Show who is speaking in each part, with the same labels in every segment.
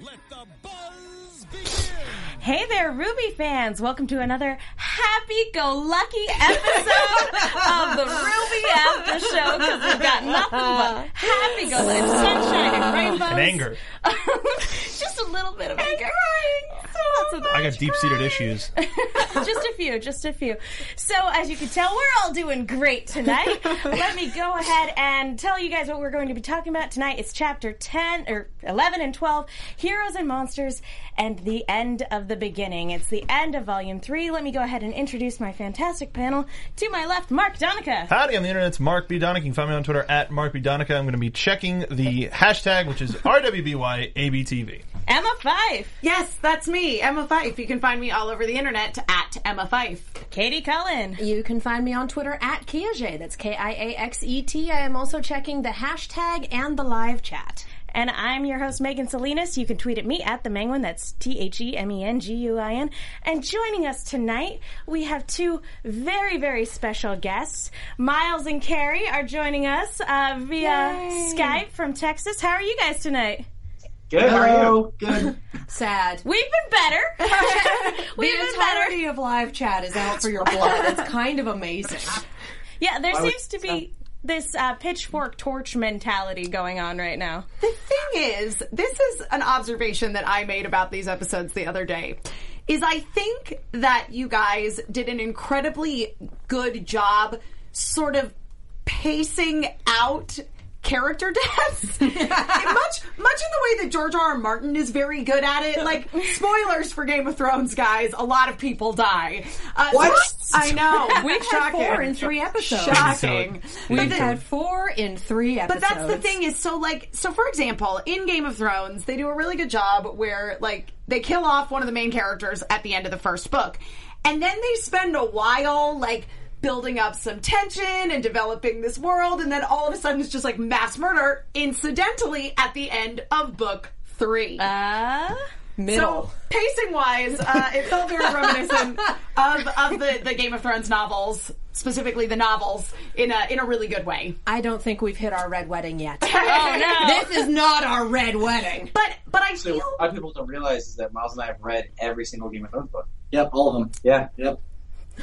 Speaker 1: let the buzz begin.
Speaker 2: Hey there, Ruby fans! Welcome to another happy-go-lucky episode of the Ruby After Show because we've got nothing but happy-go-lucky and sunshine and rainbows
Speaker 3: and anger.
Speaker 2: Just a little bit of anger. crying so
Speaker 3: I got deep seated issues.
Speaker 2: just a few, just a few. So, as you can tell, we're all doing great tonight. Let me go ahead and tell you guys what we're going to be talking about tonight. It's chapter 10 or 11 and 12 Heroes and Monsters and the End of the Beginning. It's the end of volume 3. Let me go ahead and introduce my fantastic panel. To my left, Mark Donica.
Speaker 3: Howdy on the internet, it's Mark B. Donica. You can find me on Twitter at Mark B. Donica. I'm going to be checking the hashtag, which is RWBYABTV.
Speaker 2: Emma Fife.
Speaker 4: Yes, that's me, Emma Fife. You can find me all over the internet at Emma Fife.
Speaker 2: Katie Cullen.
Speaker 5: You can find me on Twitter at Kiaxet. That's K I A X E T. I am also checking the hashtag and the live chat.
Speaker 2: And I'm your host, Megan Salinas. You can tweet at me at the Menguin. That's T H E M E N G U I N. And joining us tonight, we have two very, very special guests. Miles and Carrie are joining us uh, via Skype from Texas. How are you guys tonight?
Speaker 6: Good. How are you? Good.
Speaker 5: Sad.
Speaker 2: We've been better. We've
Speaker 5: the
Speaker 2: been better.
Speaker 5: entirety of live chat is out for your blood. It's kind of amazing.
Speaker 2: Yeah, there
Speaker 6: would-
Speaker 2: seems to be this uh, pitchfork torch mentality going on right now.
Speaker 4: The thing is, this is an observation that I made about these episodes the other day. Is I think that you guys did an incredibly good job sort of pacing out character deaths. much much in the way that George R. R. Martin is very good at it. Like spoilers for Game of Thrones guys, a lot of people die. Uh, so
Speaker 6: What?
Speaker 4: I I know.
Speaker 5: We've had
Speaker 4: Shocking.
Speaker 5: four in three episodes.
Speaker 4: Shocking.
Speaker 5: We've had four in three
Speaker 4: But
Speaker 5: episodes.
Speaker 4: that's the thing is so like so for example in Game of Thrones they do a really good job where like they kill off one of the main characters at the end of the first book and then they spend a while like building up some tension and developing this world and then all of a sudden it's just like mass murder incidentally at the end of book 3
Speaker 2: Uh,
Speaker 5: Middle.
Speaker 4: so pacing wise, uh, it felt very reminiscent of, of the, the Game of Thrones novels, specifically the novels, in a in a really good way.
Speaker 5: I don't think we've hit our red wedding yet. oh no. This is not our red wedding.
Speaker 4: But but I
Speaker 6: So
Speaker 4: feel
Speaker 6: what a lot of people don't realize is that Miles and I have read every single Game of Thrones book. Yep, all of them. Yeah, yep.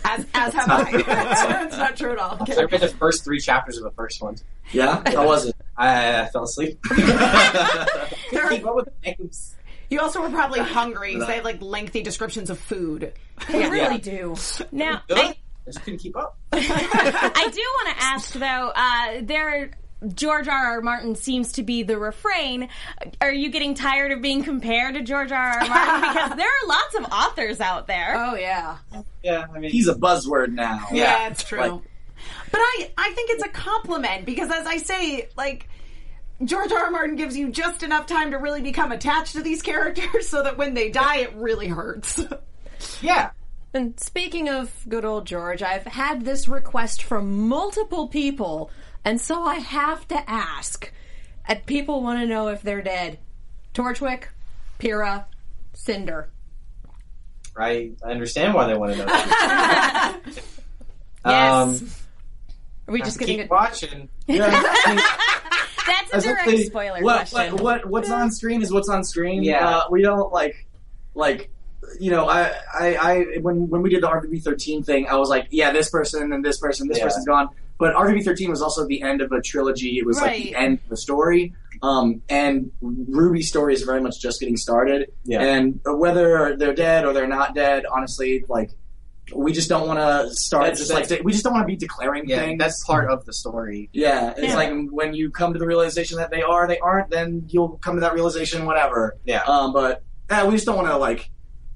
Speaker 4: As, as have
Speaker 6: not
Speaker 4: I.
Speaker 6: true.
Speaker 4: That's not true at all.
Speaker 7: I read the first three chapters of the first one.
Speaker 6: Yeah, I wasn't. I, I fell asleep.
Speaker 4: There
Speaker 6: Keep
Speaker 4: are-
Speaker 6: up with the names.
Speaker 4: you also were probably hungry. So they had like lengthy descriptions of food.
Speaker 5: They really do.
Speaker 2: now,
Speaker 6: Good.
Speaker 2: I,
Speaker 6: I just couldn't keep up.
Speaker 2: I do want to ask though. Uh, there, George R. R. Martin seems to be the refrain. Are you getting tired of being compared to George R. R. Martin? Because there are lots of authors out there.
Speaker 5: Oh yeah.
Speaker 6: Yeah, I mean, he's a buzzword now.
Speaker 4: Yeah, it's true.
Speaker 6: Like,
Speaker 4: but I, I think it's a compliment because as I say, like George R. R. Martin gives you just enough time to really become attached to these characters so that when they die it really hurts.
Speaker 6: yeah.
Speaker 5: And speaking of good old George, I've had this request from multiple people, and so I have to ask. Uh, People want to know if they're dead. Torchwick, Pyrrha, Cinder.
Speaker 7: I, I understand why they want to know.
Speaker 5: Yes.
Speaker 7: Um,
Speaker 5: Are we just getting
Speaker 7: keep
Speaker 5: it?
Speaker 7: watching.
Speaker 2: That's a direct
Speaker 7: Essentially,
Speaker 2: spoiler
Speaker 7: what,
Speaker 2: question.
Speaker 7: What, what what's on screen is what's on screen.
Speaker 6: Yeah.
Speaker 7: Uh, we don't like like you know I, I I when when we did the RVB thirteen thing, I was like, yeah, this person and this person, this
Speaker 6: Yeah.
Speaker 7: person's gone. But RGB13 was also the end of a trilogy. It was like the
Speaker 4: Right.
Speaker 7: end of the story. Um, and Ruby's story is very much just getting started.
Speaker 6: Yeah.
Speaker 7: And uh, whether they're dead or they're not dead, honestly, like we just don't want to start
Speaker 6: That's-
Speaker 7: just like
Speaker 6: that's-
Speaker 7: we just don't want to be declaring
Speaker 6: Yeah,
Speaker 7: things.
Speaker 6: that's part of the story.
Speaker 7: yeah, it's
Speaker 8: Yeah.
Speaker 7: like when you come to the realization that they are, they aren't. Then you'll come to that realization, whatever.
Speaker 6: Yeah.
Speaker 7: Um, but eh, we just don't want to like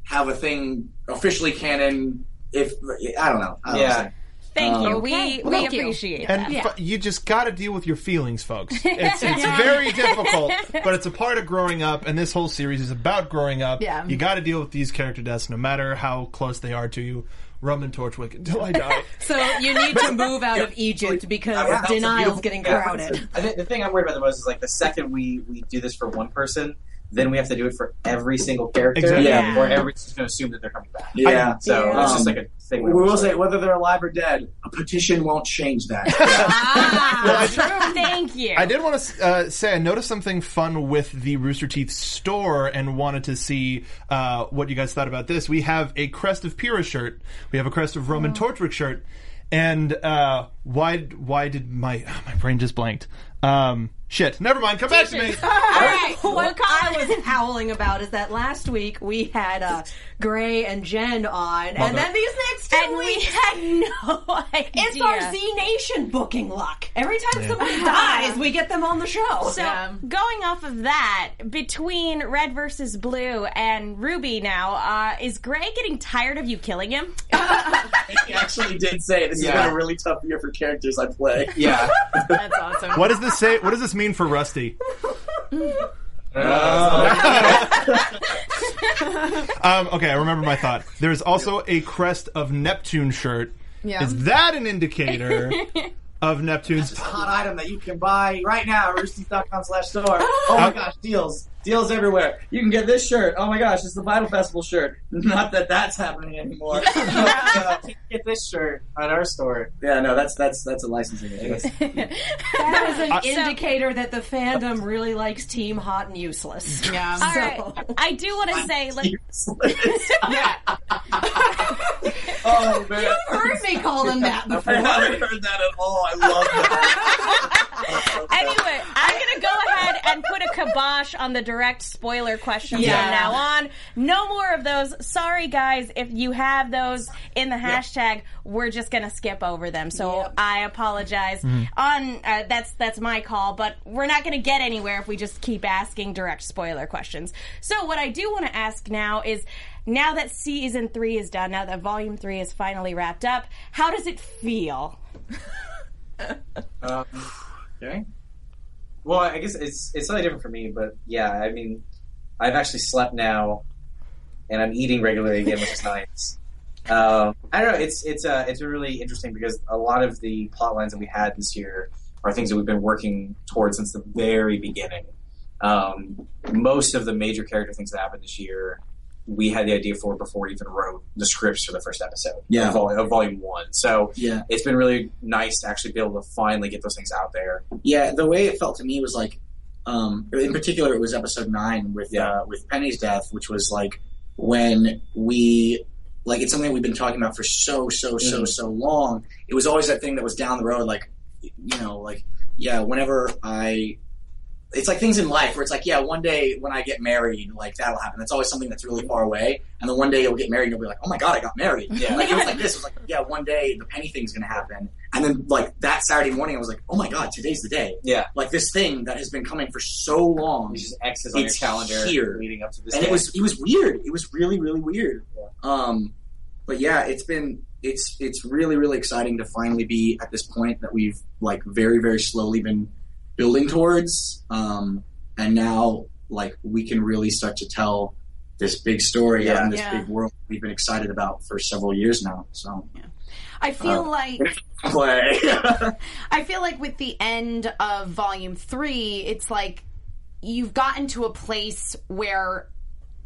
Speaker 7: have a thing officially canon. If I don't know. I don't
Speaker 6: Yeah.
Speaker 7: know.
Speaker 8: Thank you.
Speaker 7: Um,
Speaker 8: We we
Speaker 5: Thank you.
Speaker 8: appreciate that.
Speaker 3: uh, And fu- you just got to deal with your feelings, folks. It's, it's very difficult, but it's a part of growing up, and this whole series is about growing up.
Speaker 4: Yeah.
Speaker 3: You got to deal with these character deaths, no matter how close they are to you. Roman Torchwick until I die.
Speaker 5: So you need to move out of Egypt
Speaker 7: Yeah,
Speaker 5: because
Speaker 7: that's a
Speaker 5: denial's
Speaker 7: beautiful-
Speaker 5: getting
Speaker 7: yeah.
Speaker 5: crowded.
Speaker 6: I think the thing I'm worried about the most is like the second we we do this for one person, then we have to do it for every single character,
Speaker 3: Exactly.
Speaker 8: Yeah.
Speaker 6: or everybody's just going to assume that they're coming back.
Speaker 7: Yeah.
Speaker 6: So
Speaker 4: Yeah.
Speaker 6: it's just
Speaker 7: Um,
Speaker 6: like a thing.
Speaker 7: we will say whether they're alive or dead, a petition won't change that.
Speaker 3: Well, I-
Speaker 2: Uh,
Speaker 8: Thank you.
Speaker 3: I did want to uh, say I noticed something fun with the Rooster Teeth store and wanted to see uh, what you guys thought about this. We have a Crest of Pyrrha shirt. We have a Crest of Roman Torchwick shirt. And uh, why why did my my brain just blanked? Um, shit, never mind. Come back to me.
Speaker 5: what I was howling about is that last week we had uh, Gray and Jen on, and then these next two
Speaker 8: And we
Speaker 5: weeks.
Speaker 8: had no idea.
Speaker 5: it's our Z Nation booking luck. Every time somebody dies, we get them on the show.
Speaker 8: So going off of that, between Red versus Blue and Ruby now, uh, is Gray getting tired of you killing him?
Speaker 7: he actually did say this
Speaker 6: Yeah.
Speaker 7: has been a really tough year for characters I play.
Speaker 6: yeah.
Speaker 4: That's awesome.
Speaker 3: What does this say? What does this mean for Rusty?
Speaker 4: Uh,
Speaker 3: Um, okay, I remember my thought. There's also a crest of Neptune shirt.
Speaker 4: Yeah.
Speaker 3: Is that an indicator of Neptune's?
Speaker 7: Hot item that you can buy right now at roosties.com slash store. Oh my gosh, deals. Deals everywhere. You can get this shirt. Oh my gosh, it's the Vital Festival shirt. Not that that's happening anymore. But, uh,
Speaker 6: Get this shirt on our store.
Speaker 7: yeah, no, that's that's that's a licensing issue. That's-
Speaker 5: that is an
Speaker 3: I-
Speaker 5: indicator that the fandom really likes Team Hot and Useless.
Speaker 4: Yeah.
Speaker 8: All right. I do want to say, like,
Speaker 7: oh man.
Speaker 5: heard me call them that
Speaker 7: I haven't heard that at all. I love that.
Speaker 8: Anyway, I'm going to go ahead and put a kibosh on the direct spoiler questions
Speaker 4: Yeah.
Speaker 8: from now on. No more of those. Sorry, guys, if you have those in the hashtag, we're just going to skip over them. So I apologize. On uh, that's that's my call, but we're not going to get anywhere if we just keep asking direct spoiler questions. So what I do want to ask now is. Now that season three is done, now that volume three is finally wrapped up, how does it feel?
Speaker 6: Um, okay. Well, I guess it's it's slightly different for me, but yeah, I mean, I've actually slept now, and I'm eating regularly again, which is nice. Um, I don't know. It's it's uh, it's been really interesting because a lot of the plot lines that we had this year are things that we've been working towards since the very beginning. Um, most of the major character things that happened this year, we had the idea for before we even wrote the scripts for the first episode
Speaker 7: Yeah.
Speaker 6: of, vol- of volume one. So
Speaker 7: Yeah.
Speaker 6: it's been really nice to actually be able to finally get those things out there.
Speaker 7: Yeah, the way it felt to me was like, um, in particular, it was episode nine with
Speaker 6: Yeah.
Speaker 7: uh, with Penny's death, which was like when we like it's something we've been talking about for so so so
Speaker 6: Mhm.
Speaker 7: so long. It was always that thing that was down the road, like you know, like yeah, whenever I. It's like things in life where it's like, yeah, one day when I get married, like that'll happen. That's always something that's really far away. And then one day you'll get married and you'll be like, oh my God, I got married. Yeah. Like, it was like this. It was like, yeah, one day the penny thing's going to happen. And then like that Saturday morning, I was like, oh my God, today's the day
Speaker 6: Yeah,
Speaker 7: like this thing that has been coming for so long.
Speaker 6: you just X's on
Speaker 7: It's
Speaker 6: your calendar
Speaker 7: here.
Speaker 6: leading up to this.
Speaker 7: And
Speaker 6: day.
Speaker 7: it was it was weird. It was really really weird. Um, but yeah, it's been it's it's really really exciting to finally be at this point that we've like very very slowly been building towards. Um, and now like we can really start to tell this big story out in this
Speaker 4: Yeah.
Speaker 7: big world we've been excited about for several years now. So
Speaker 4: I feel
Speaker 7: Uh,
Speaker 4: like
Speaker 7: play.
Speaker 4: I feel like with the end of volume three, it's like you've gotten to a place where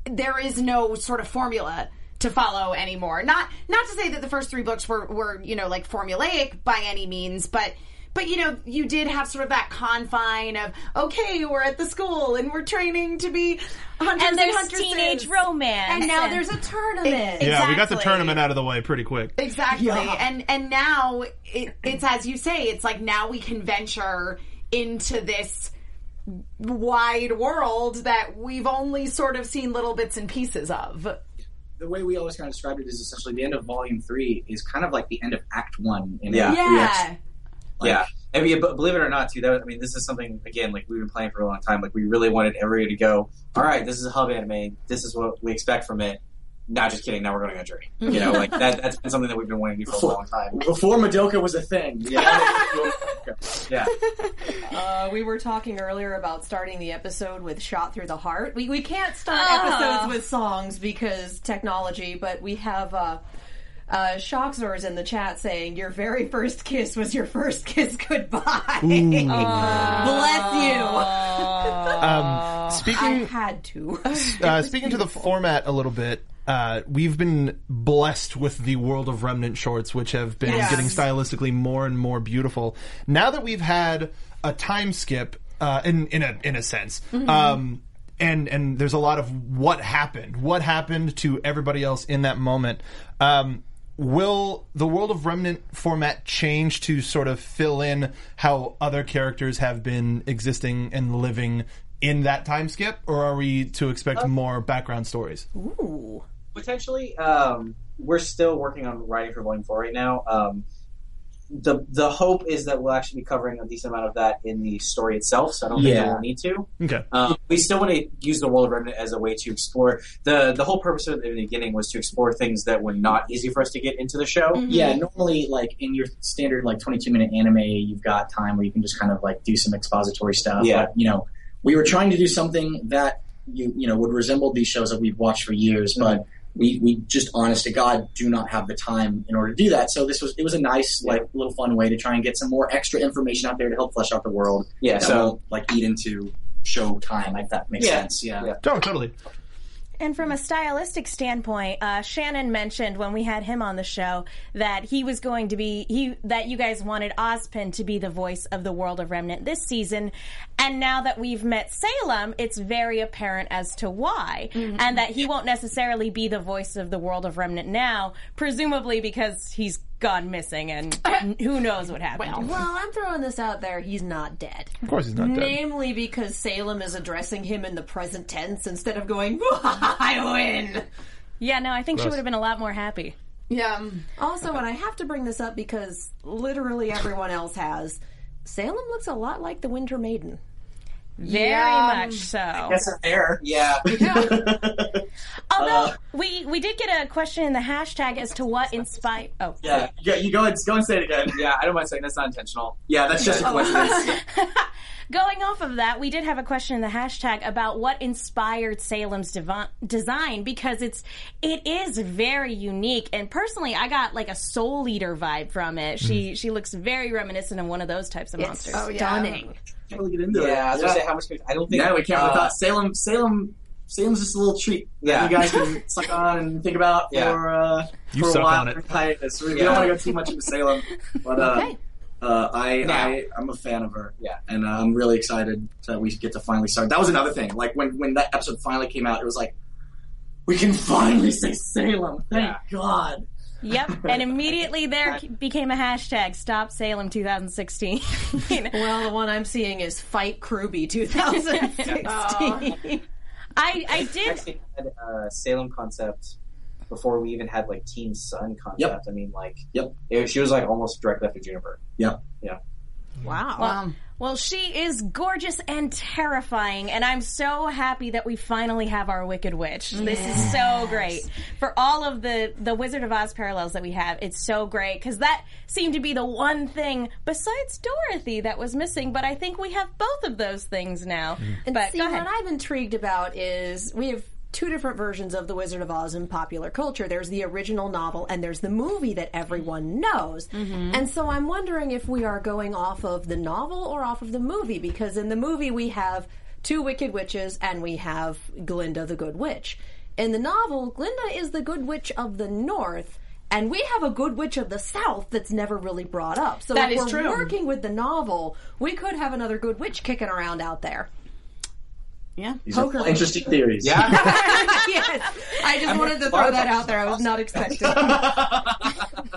Speaker 4: there is no sort of formula to follow anymore. Not not to say that the first three books were, were you know like formulaic by any means, but But you know, you did have sort of that confine of okay, we're at the school and we're training to be hunters
Speaker 2: And
Speaker 4: and,
Speaker 2: there's
Speaker 4: huntresses.
Speaker 2: teenage romance.
Speaker 5: And now there's a tournament.
Speaker 3: Yeah, we got the
Speaker 4: Exactly.
Speaker 3: tournament out of the way pretty quick.
Speaker 4: Exactly. And and now it, it's as you say, it's like now we can venture into this wide world that we've only sort of seen little bits and pieces of.
Speaker 7: the way we always kind of described it is essentially the end of volume three is kind of like the end of act one. In
Speaker 6: Yeah.
Speaker 4: Yeah.
Speaker 7: Like-
Speaker 6: yeah. I mean, but believe it or not, too. That was, I mean, this is something again. Like we've been playing for a long time. Like we really wanted everybody to go. All right, this is a hub anime. This is what we expect from it. Not just kidding. Now we're going to go drink. You know, like that. That's been something that we've been wanting to do for a long time.
Speaker 7: Before Madoka was a thing. Yeah.
Speaker 6: Yeah.
Speaker 5: Uh, we were talking earlier about starting the episode with "Shot Through the Heart." We we can't start
Speaker 2: Ah.
Speaker 5: episodes with songs because technology, but we have. Uh, uh, Shockzor's in the chat saying, Your very first kiss was your first kiss goodbye.
Speaker 4: Uh,
Speaker 5: Uh, Bless
Speaker 3: Um,
Speaker 5: you. I
Speaker 3: speaking
Speaker 5: had to.
Speaker 3: uh, speaking to the format a little bit, uh, we've been blessed with the world of remnant shorts, which have been
Speaker 4: Yes.
Speaker 3: getting stylistically more and more beautiful. Now that we've had a time skip, uh, in in a in a sense. Um, and, and there's a lot of what happened. What happened to everybody else in that moment? Um, will the World of Remnant format change to sort of fill in how other characters have been existing and living in that time skip, or are we to expect more background stories?
Speaker 6: potentially um, we're still working on writing for volume four right now um, the the hope is that we'll actually be covering a decent amount of that in the story itself so i don't think
Speaker 7: Yeah.
Speaker 6: that we'll need to
Speaker 3: Okay.
Speaker 6: um, we still want to use the world of remnant as a way to explore the the whole purpose of it in the beginning was to explore things that were not easy for us to get into the show
Speaker 7: yeah, normally like in your standard like 22 minute anime, you've got time where you can just kind of like do some expository stuff.
Speaker 6: Yeah.
Speaker 7: But, you know, we were trying to do something that you you know would resemble these shows that we've watched for years, but we we just honest to God do not have the time in order to do that. So this was it was a nice like little fun way to try and get some more extra information out there to help flesh out the world.
Speaker 6: yeah
Speaker 7: that
Speaker 6: so
Speaker 7: will, like eat into show time if that makes
Speaker 6: Yeah.
Speaker 7: sense. Yeah.
Speaker 6: Yeah.
Speaker 3: Oh, totally.
Speaker 2: And from a stylistic standpoint, uh, Shannon mentioned when we had him on the show that he was going to be he that you guys wanted Ozpin to be the voice of the world of Remnant this season, and now that we've met Salem, it's very apparent as to why, and that he won't necessarily be the voice of the world of Remnant now, presumably because he's gone missing and who knows what happened. to him.
Speaker 5: well, I'm throwing this out there. He's not dead.
Speaker 3: Of course, he's not dead.
Speaker 5: Namely because Salem is addressing him in the present tense instead of going, I win.
Speaker 2: yeah, no, I think she would have been a lot more happy.
Speaker 4: Yeah.
Speaker 5: Also, and I have to bring this up because literally everyone else has, Salem looks a lot like the Winter Maiden.
Speaker 2: Very
Speaker 4: Yeah.
Speaker 2: much so.
Speaker 7: That's fair.
Speaker 6: yeah
Speaker 2: Although we we did get a question in the hashtag as to what inspired. Oh,
Speaker 6: yeah
Speaker 7: Yeah, you go and go and say it again.
Speaker 6: yeah i don't mind saying that's not intentional
Speaker 7: Yeah, that's just a coincidence.
Speaker 2: going off of that, we did have a question in the hashtag about what inspired Salem's devi- design because it's it is very unique. And personally, I got like a Soul Eater vibe from it. She she looks very reminiscent of one of those types of monsters.
Speaker 4: Oh,
Speaker 5: Stunning.
Speaker 7: Can't really get into it.
Speaker 6: yeah i was gonna say how much i don't think
Speaker 7: Yeah, we can't.
Speaker 6: uh,
Speaker 7: we thought Salem, Salem, Salem's just a little treat
Speaker 6: Yeah.
Speaker 7: that you guys can suck on and think about
Speaker 6: Yeah.
Speaker 7: for uh,
Speaker 3: You
Speaker 7: for
Speaker 3: suck
Speaker 7: a while.
Speaker 3: on it.
Speaker 7: Like this. We, we
Speaker 6: Yeah.
Speaker 7: don't want to go too much into Salem, but uh,
Speaker 5: Okay.
Speaker 7: uh, I,
Speaker 6: Now.
Speaker 7: I I'm a fan of her.
Speaker 6: Yeah.
Speaker 7: and uh, I'm really excited that we get to finally start. That was another thing. Like when when that episode finally came out, it was like we can finally say Salem. Thank
Speaker 6: Yeah.
Speaker 7: God.
Speaker 2: Yep. And immediately there became a hashtag Stop Salem 2016.
Speaker 5: Um, Well, the one I'm seeing is Fight Kruby 2016.
Speaker 2: I I
Speaker 6: We
Speaker 2: did
Speaker 6: actually had uh, Salem concept before we even had like Team Sun concept.
Speaker 7: Yep.
Speaker 6: I mean, like,
Speaker 7: Yep.
Speaker 6: it- she was like almost directly after Juniper.
Speaker 7: Yeah.
Speaker 5: wow.
Speaker 2: Well, she is gorgeous and terrifying, and I'm so happy that we finally have our Wicked Witch. This is so great for all of the the Wizard of Oz parallels that we have. It's so great because that seemed to be the one thing besides Dorothy that was missing. But I think we have both of those things now. But
Speaker 5: Mm. See,
Speaker 2: go ahead.
Speaker 5: what I'm intrigued about is we have two different versions of The Wizard of Oz in popular culture. There's the original novel, and there's the movie that everyone knows. And so I'm wondering if we are going off of the novel or off of the movie, because in the movie we have two wicked witches and we have Glinda the Good Witch. In the novel, Glinda is the Good Witch of the North. And we have a good witch of the South that's never really brought up. So
Speaker 4: That
Speaker 5: if
Speaker 4: is
Speaker 5: we're
Speaker 4: true.
Speaker 5: working with the novel, we could have another good witch kicking around out there.
Speaker 4: Yeah.
Speaker 7: These are all interesting theories.
Speaker 6: Yeah.
Speaker 5: yes. I just wanted to throw that out there. I was not expecting.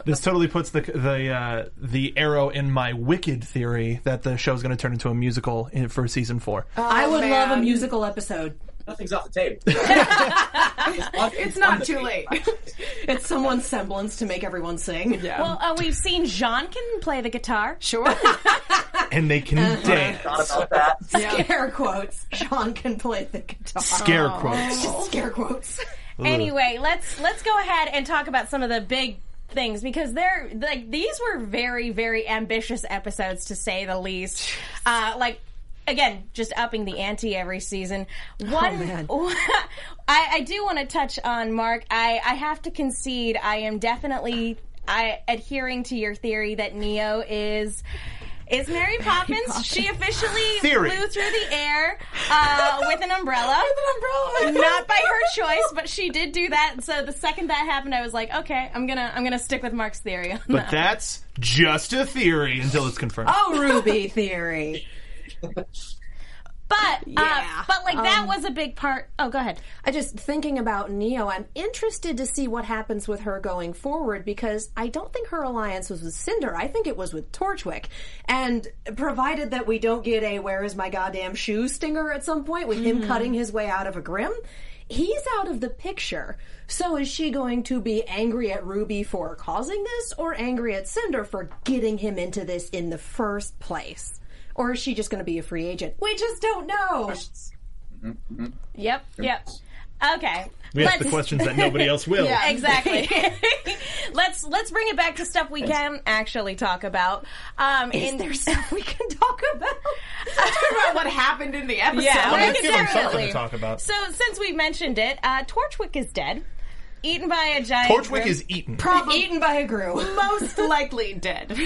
Speaker 3: This totally puts the the uh, the arrow in my wicked theory that the show's going to turn into a musical in, for season four.
Speaker 5: I would love a
Speaker 4: man.
Speaker 5: musical episode.
Speaker 6: Nothing's off the table.
Speaker 4: It's not too late.
Speaker 5: It's someone's semblance to make everyone sing. Yeah.
Speaker 2: Well, uh, we've seen Jean can play the guitar.
Speaker 4: Sure.
Speaker 3: and they can dance.
Speaker 6: Not about that.
Speaker 5: Scare quotes. Sean can play the guitar.
Speaker 3: Scare quotes.
Speaker 5: Scare quotes.
Speaker 2: Anyway, let's let's go ahead and talk about some of the big things because they're like these were very very ambitious episodes to say the least. Uh, like again, just upping the ante every season. One, I, I do want to touch on Mark. I I have to concede I am definitely I adhering to your theory that Neo is. Is Mary Poppins? She officially
Speaker 3: Theory.
Speaker 2: flew through the air uh, with an umbrella. With an umbrella, not by her choice, but she did do that. So the second that happened, I was like, okay, I'm gonna I'm gonna stick with Mark's theory. on
Speaker 3: But that's just a theory until it's confirmed.
Speaker 5: Oh, Ruby theory.
Speaker 2: But uh,
Speaker 5: Yeah. Um,
Speaker 2: but like that was a big part. Oh, go ahead.
Speaker 5: I just thinking about Neo, I'm interested to see what happens with her going forward because I don't think her alliance was with Cinder. I think it was with Torchwick. And provided that we don't get a where is my goddamn shoe stinger at some point with him cutting his way out of a grim, he's out of the picture. So is she going to be angry at Ruby for causing this or angry at Cinder for getting him into this in the first place? Or is she just going to be a free agent? We just don't know.
Speaker 2: Yep. Yep. Okay.
Speaker 3: we ask the
Speaker 2: Let's-
Speaker 3: questions that nobody else will.
Speaker 2: Exactly. let's let's bring it back to stuff we can actually talk about. Um,
Speaker 5: Is
Speaker 2: in-
Speaker 5: there stuff we can talk about?
Speaker 4: Talk about what happened in the episode.
Speaker 2: Yeah,
Speaker 3: Well,
Speaker 2: we
Speaker 3: let's
Speaker 2: can
Speaker 3: give them something
Speaker 2: definitely-
Speaker 3: to talk about.
Speaker 2: So since we mentioned it, uh, Torchwick is dead, eaten by a giant.
Speaker 3: Torchwick
Speaker 2: grim-
Speaker 3: is eaten.
Speaker 5: Eaten by a grue.
Speaker 4: Most likely dead.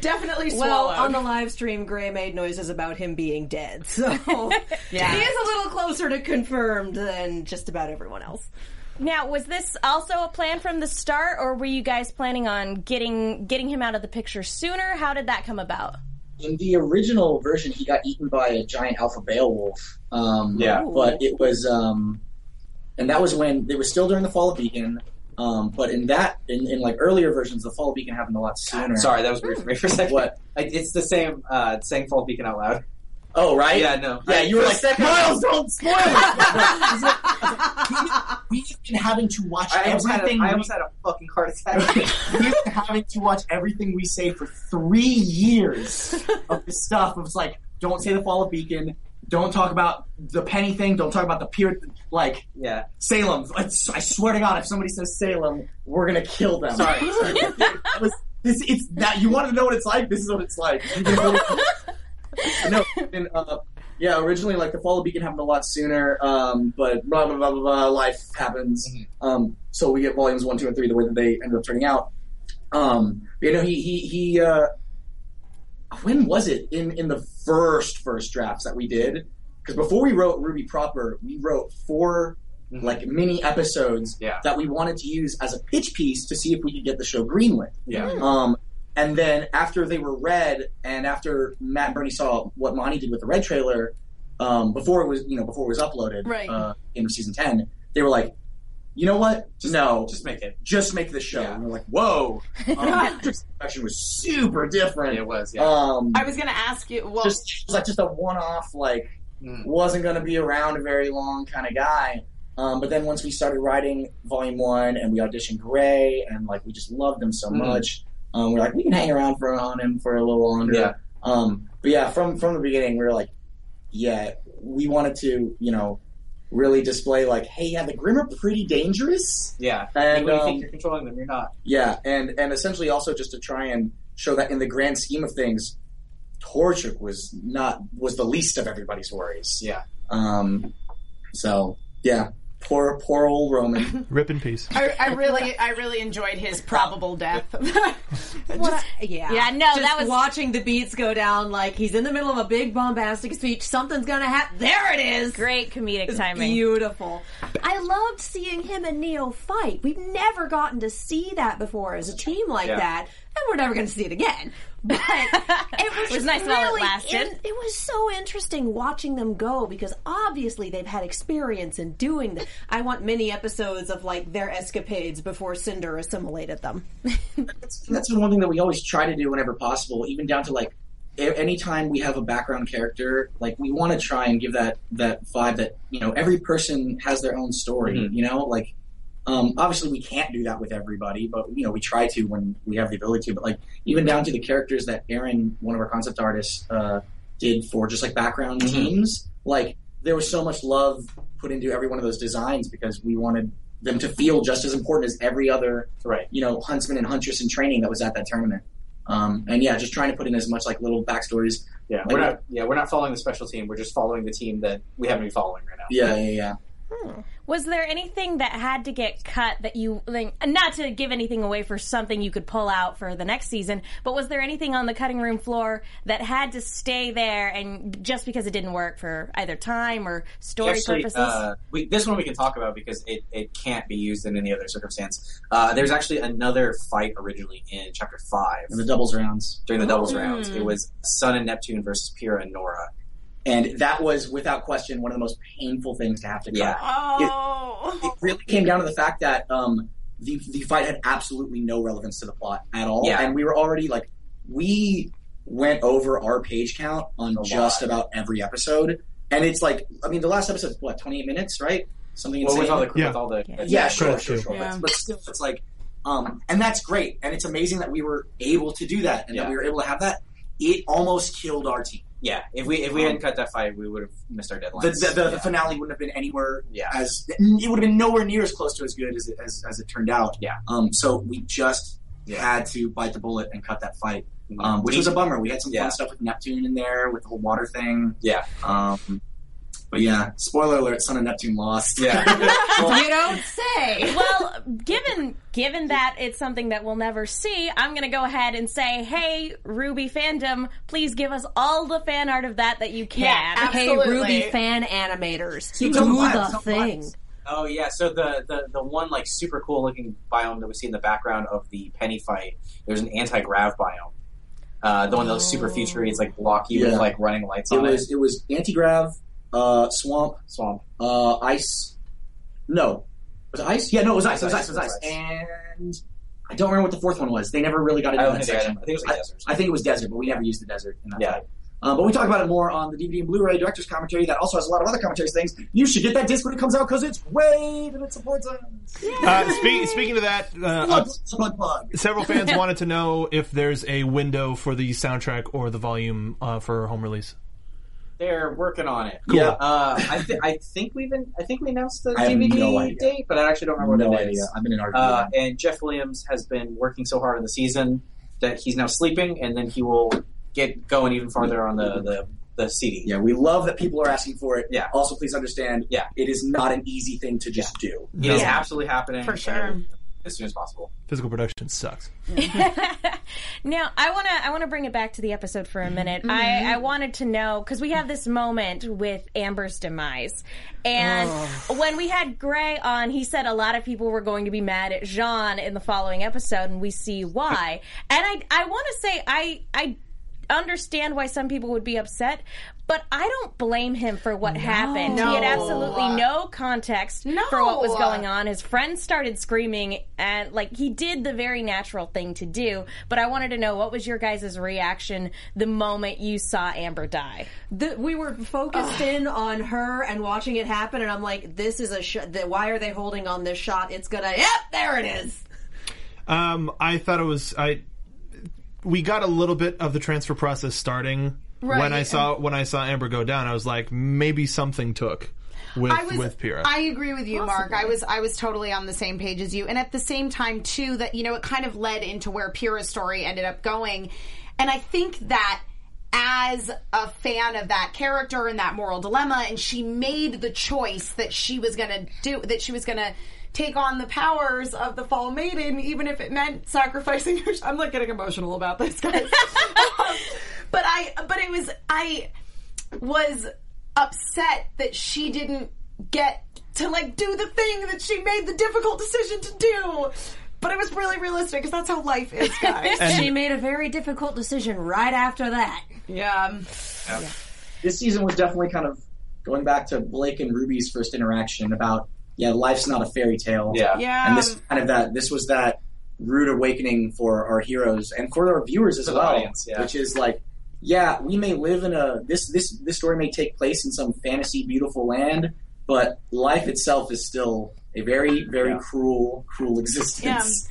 Speaker 4: Definitely
Speaker 5: Well,
Speaker 4: swallowed.
Speaker 5: on the live stream, Gray made noises about him being dead, so yeah. he is a little closer to confirmed than just about everyone else.
Speaker 2: Now, was this also a plan from the start, or were you guys planning on getting getting him out of the picture sooner? How did that come about?
Speaker 7: in the original version, he got eaten by a giant alpha beowulf. Um,
Speaker 6: Yeah.
Speaker 7: But it was, um, and that was when it was still during the fall of Beacon. Um, but in that, in, in like earlier versions, the fall of Beacon happened a lot sooner.
Speaker 6: Sorry, that was weird for me for a second.
Speaker 7: What?
Speaker 6: I, it's the same uh, saying "Fall Beacon" out loud.
Speaker 7: Oh, right.
Speaker 6: Yeah, no.
Speaker 7: Yeah, you were
Speaker 6: For a
Speaker 7: like,
Speaker 6: second-
Speaker 7: Miles, don't spoil it. We've been having to watch
Speaker 6: I almost, had a,
Speaker 7: everything.
Speaker 6: I almost had a fucking heart attack.
Speaker 7: we, have been having to watch everything we say for three years of this stuff. It was like, don't say the fall of Beacon. Don't talk about the penny thing. Don't talk about the pier. Like
Speaker 6: yeah.
Speaker 7: Salem. It's, I swear to God, if somebody says Salem, we're gonna kill them.
Speaker 6: Sorry.
Speaker 7: It was- this it's that you want to know what it's like. This is what it's like. You can really- no, and, uh, yeah. Originally, like the fall of Beacon happened a lot sooner, um, but blah blah blah blah blah. Life happens, um, so we get volumes one, two, and three the way that they ended up turning out. Um, you know, he he he. Uh, when was it in in the first first drafts that we did? Because before we wrote Ruby proper, we wrote 4 like mini episodes
Speaker 6: Mm-hmm. Yeah.
Speaker 7: that we wanted to use as a pitch piece to see if we could get the show greenlit.
Speaker 6: Yeah.
Speaker 7: Um, and then after they were read, and after Matt and Bernie saw what Monty did with the red trailer, um, before it was you know before it was uploaded,
Speaker 4: Right.
Speaker 7: uh, end of season ten, they were like, you know what? no,
Speaker 6: Just make it.
Speaker 7: just make the show.
Speaker 6: Yeah.
Speaker 7: And we're like, whoa, um, the production was super different.
Speaker 6: It was. Yeah.
Speaker 7: Um,
Speaker 4: I was going to ask you. Well,
Speaker 7: just it was like just a one-off, like
Speaker 6: Mm.
Speaker 7: wasn't going to be around very long kind of guy. Um, but then once we started writing Volume One and we auditioned Gray and like we just loved him so
Speaker 6: Mhm.
Speaker 7: much, um, we're like we can hang around for on him for a little longer.
Speaker 6: Yeah.
Speaker 7: Um, but yeah, from from the beginning, we were like, yeah, we wanted to you know really display like, hey, yeah, the Grim are pretty dangerous.
Speaker 6: Yeah.
Speaker 7: And,
Speaker 6: When you
Speaker 7: um,
Speaker 6: think you're controlling them, you're not.
Speaker 7: Yeah, and and essentially also just to try and show that in the grand scheme of things, Torchuk was not was the least of everybody's worries.
Speaker 6: Yeah.
Speaker 7: Um. So yeah, Poor, poor old Roman.
Speaker 3: Rip in peace.
Speaker 4: I, I really, I really enjoyed his probable death. Just-
Speaker 5: Yeah.
Speaker 2: Yeah, no,
Speaker 5: Just
Speaker 2: that was-
Speaker 5: watching the beats go down. Like he's in the middle of a big bombastic speech. Something's gonna happen. There it is.
Speaker 2: Great comedic timing.
Speaker 5: Beautiful. I loved seeing him and Neo fight. We've never gotten to see that before as a team like
Speaker 6: Yeah.
Speaker 5: that, and we're never going to see it again. But it was,
Speaker 2: was nice
Speaker 5: really
Speaker 2: while it lasted.
Speaker 5: in- it was so interesting watching them go because obviously they've had experience in doing that. I want many episodes of like their escapades before Cinder assimilated them.
Speaker 7: that's, that's the one thing that we always try to do whenever possible, even down to like a- anytime we have a background character, like we want to try and give that that vibe that you know every person has their own story. You know, like um, obviously we can't do that with everybody, but you know we try to when we have the ability to. But like even down to the characters that Aaron, one of our concept artists, uh, did for just like background teams, like there was so much love put into every one of those designs because we wanted them to feel just as important as every other
Speaker 6: Right.
Speaker 7: you know, huntsman and huntress in training that was at that tournament. Um, and yeah, just trying to put in as much like little backstories.
Speaker 6: Yeah,
Speaker 7: Like-
Speaker 6: we're not. Yeah, we're not following the special team. We're just following the team that we haven't been following right now.
Speaker 7: Yeah, yeah, yeah.
Speaker 2: Was there anything that had to get cut that you like, not to give anything away for something you could pull out for the next season, but was there anything on the cutting room floor that had to stay there and just because it didn't work for either time or story
Speaker 6: Actually,
Speaker 2: purposes?
Speaker 6: uh, we, this one we can talk about because it, it can't be used in any other circumstance. Uh, there's actually another fight originally in chapter five
Speaker 7: And the doubles rounds,
Speaker 6: during the doubles rounds. It was Sun and Neptune versus Pyrrha and Nora.
Speaker 7: and that was without question one of the most painful things to have to cut.
Speaker 6: Yeah.
Speaker 4: oh,
Speaker 7: It really came down to the fact that um, the the fight had absolutely no relevance to the plot at all,
Speaker 6: Yeah.
Speaker 7: and we were already like we went over our page count on
Speaker 6: A
Speaker 7: just
Speaker 6: lot.
Speaker 7: about every episode, and it's like I mean the last episode's what twenty eight minutes, right? Something
Speaker 6: Well,
Speaker 7: insane.
Speaker 6: with all the
Speaker 3: Yeah.
Speaker 6: with all the
Speaker 7: Yeah, sure,
Speaker 3: Credits
Speaker 7: sure,
Speaker 3: too.
Speaker 7: sure.
Speaker 4: Yeah.
Speaker 7: But, but still, it's like, um, and that's great, and it's amazing that we were able to do that, and that
Speaker 6: Yeah.
Speaker 7: we were able to have that. It almost killed our team.
Speaker 6: yeah. If we if we hadn't cut that fight, we would have missed our deadline.
Speaker 7: Um, The, the, the, the finale wouldn't have been anywhere
Speaker 6: yeah.
Speaker 7: as it would have been nowhere near as close to as good as it, as, as it turned out.
Speaker 6: Yeah.
Speaker 7: Um. So we just
Speaker 6: Yeah.
Speaker 7: had to bite the bullet and cut that fight,
Speaker 6: Mhm.
Speaker 7: um, which
Speaker 6: We-
Speaker 7: was a bummer. We had some
Speaker 6: Yeah.
Speaker 7: fun stuff with Neptune in there with the whole water thing.
Speaker 6: Yeah.
Speaker 7: Um. But yeah, spoiler alert: Son of Neptune lost.
Speaker 6: yeah. Well,
Speaker 5: You don't say.
Speaker 2: well, given given that it's something that we'll never see, I'm going to go ahead and say, hey, Ruby fandom, please give us all the fan art of that that you can.
Speaker 5: Hey,
Speaker 4: Absolutely.
Speaker 5: Ruby fan animators, do
Speaker 7: don't lie,
Speaker 5: the
Speaker 7: don't
Speaker 5: thing.
Speaker 7: lie.
Speaker 6: Oh yeah, so the, the the one like super cool looking biome that we see in the background of the penny fight, there's an anti grav biome. Uh, the one that looks super futury, it's like blocky
Speaker 7: Yeah.
Speaker 6: with like running lights
Speaker 7: It
Speaker 6: on
Speaker 7: was it was anti grav, uh, swamp,
Speaker 6: it. Swamp.
Speaker 7: uh, ice. No, was it ice? Yeah, no, it was ice. It was ice. It was ice.
Speaker 6: Ice, ice.
Speaker 7: And I don't remember what the fourth one was. They never really got
Speaker 6: I
Speaker 7: into
Speaker 6: don't
Speaker 7: that
Speaker 6: think they had
Speaker 7: section.
Speaker 6: them. I think it was like desert.
Speaker 7: I think it was desert, but we never used the desert in that
Speaker 6: Yeah.
Speaker 7: fight. Uh, but we talk about it more on the DVD and Blu-ray director's commentary. That also has a lot of other commentaries things. You should get that disc when it comes out because it's way that it supports us.
Speaker 3: Uh, speak, speaking of that, uh,
Speaker 7: Plug,
Speaker 3: uh,
Speaker 7: plug, plug.
Speaker 3: several fans wanted to know if there's a window for the soundtrack or the volume uh, for home release.
Speaker 6: They're working on it.
Speaker 7: Cool. Yeah.
Speaker 6: Uh, I, th- I think we've been, I think we announced the
Speaker 7: I have
Speaker 6: DVD
Speaker 7: no idea.
Speaker 6: date, but I actually don't remember
Speaker 7: no
Speaker 6: what it is.
Speaker 7: idea. I'm in an argument.
Speaker 6: Uh, and Jeff Williams has been working so hard on the season that he's now sleeping, and then he will get going even farther on the the, the CD.
Speaker 7: yeah, we love that people are asking for it.
Speaker 6: Yeah.
Speaker 7: Also, please understand.
Speaker 6: Yeah.
Speaker 7: It is not an easy thing to just do.
Speaker 6: It is
Speaker 3: No.
Speaker 6: absolutely happening
Speaker 4: For sure.
Speaker 6: as soon as possible.
Speaker 3: Physical production sucks.
Speaker 2: Now, I want to I want to bring it back to the episode for a minute. I, I wanted to know because we have this moment with Amber's demise, and when we had Gray on, he said a lot of people were going to be mad at Jean in the following episode, and we see why. and I I want to say I I understand why some people would be upset. But I don't blame him for what happened. He had absolutely no context for what was going on. His friends started screaming, and like he did the very natural thing to do. But I wanted to know what was your guys' reaction the moment you saw Amber die?
Speaker 5: the, we were focused in on her and watching it happen, and I'm like, "This is a sh- the, why are they holding on this shot? It's gonna yep, there it is."
Speaker 3: Um, I thought it was I. We got a little bit of the transfer process starting when I saw when I saw Amber go down. I was like, maybe something took with
Speaker 4: I was,
Speaker 3: with Pyrrha.
Speaker 4: I agree with you, Mark. I was I was totally on the same page as you, and at the same time too that you know it kind of led into where Pira's story ended up going, and I think that as a fan of that character and that moral dilemma and she made the choice that she was going to do that she was going to take on the powers of the fall maiden even if it meant sacrificing her I'm like getting emotional about this guys Um, but I but it was I was upset that she didn't get to like do the thing that she made the difficult decision to do but it was really realistic because that's how life is guys
Speaker 5: she made a very difficult decision right after that.
Speaker 4: yeah
Speaker 7: this season was definitely kind of going back to Blake and Ruby's first interaction about yeah, life's not a fairy tale.
Speaker 6: Yeah.
Speaker 4: yeah
Speaker 7: And this is kind of that this was that rude awakening for our heroes and for our viewers as
Speaker 6: For the
Speaker 7: well.
Speaker 6: audience, yeah.
Speaker 7: Which is like, yeah, we may live in a this this this story may take place in some fantasy beautiful land, but life itself is still a very, very
Speaker 6: Yeah.
Speaker 7: cruel, cruel existence.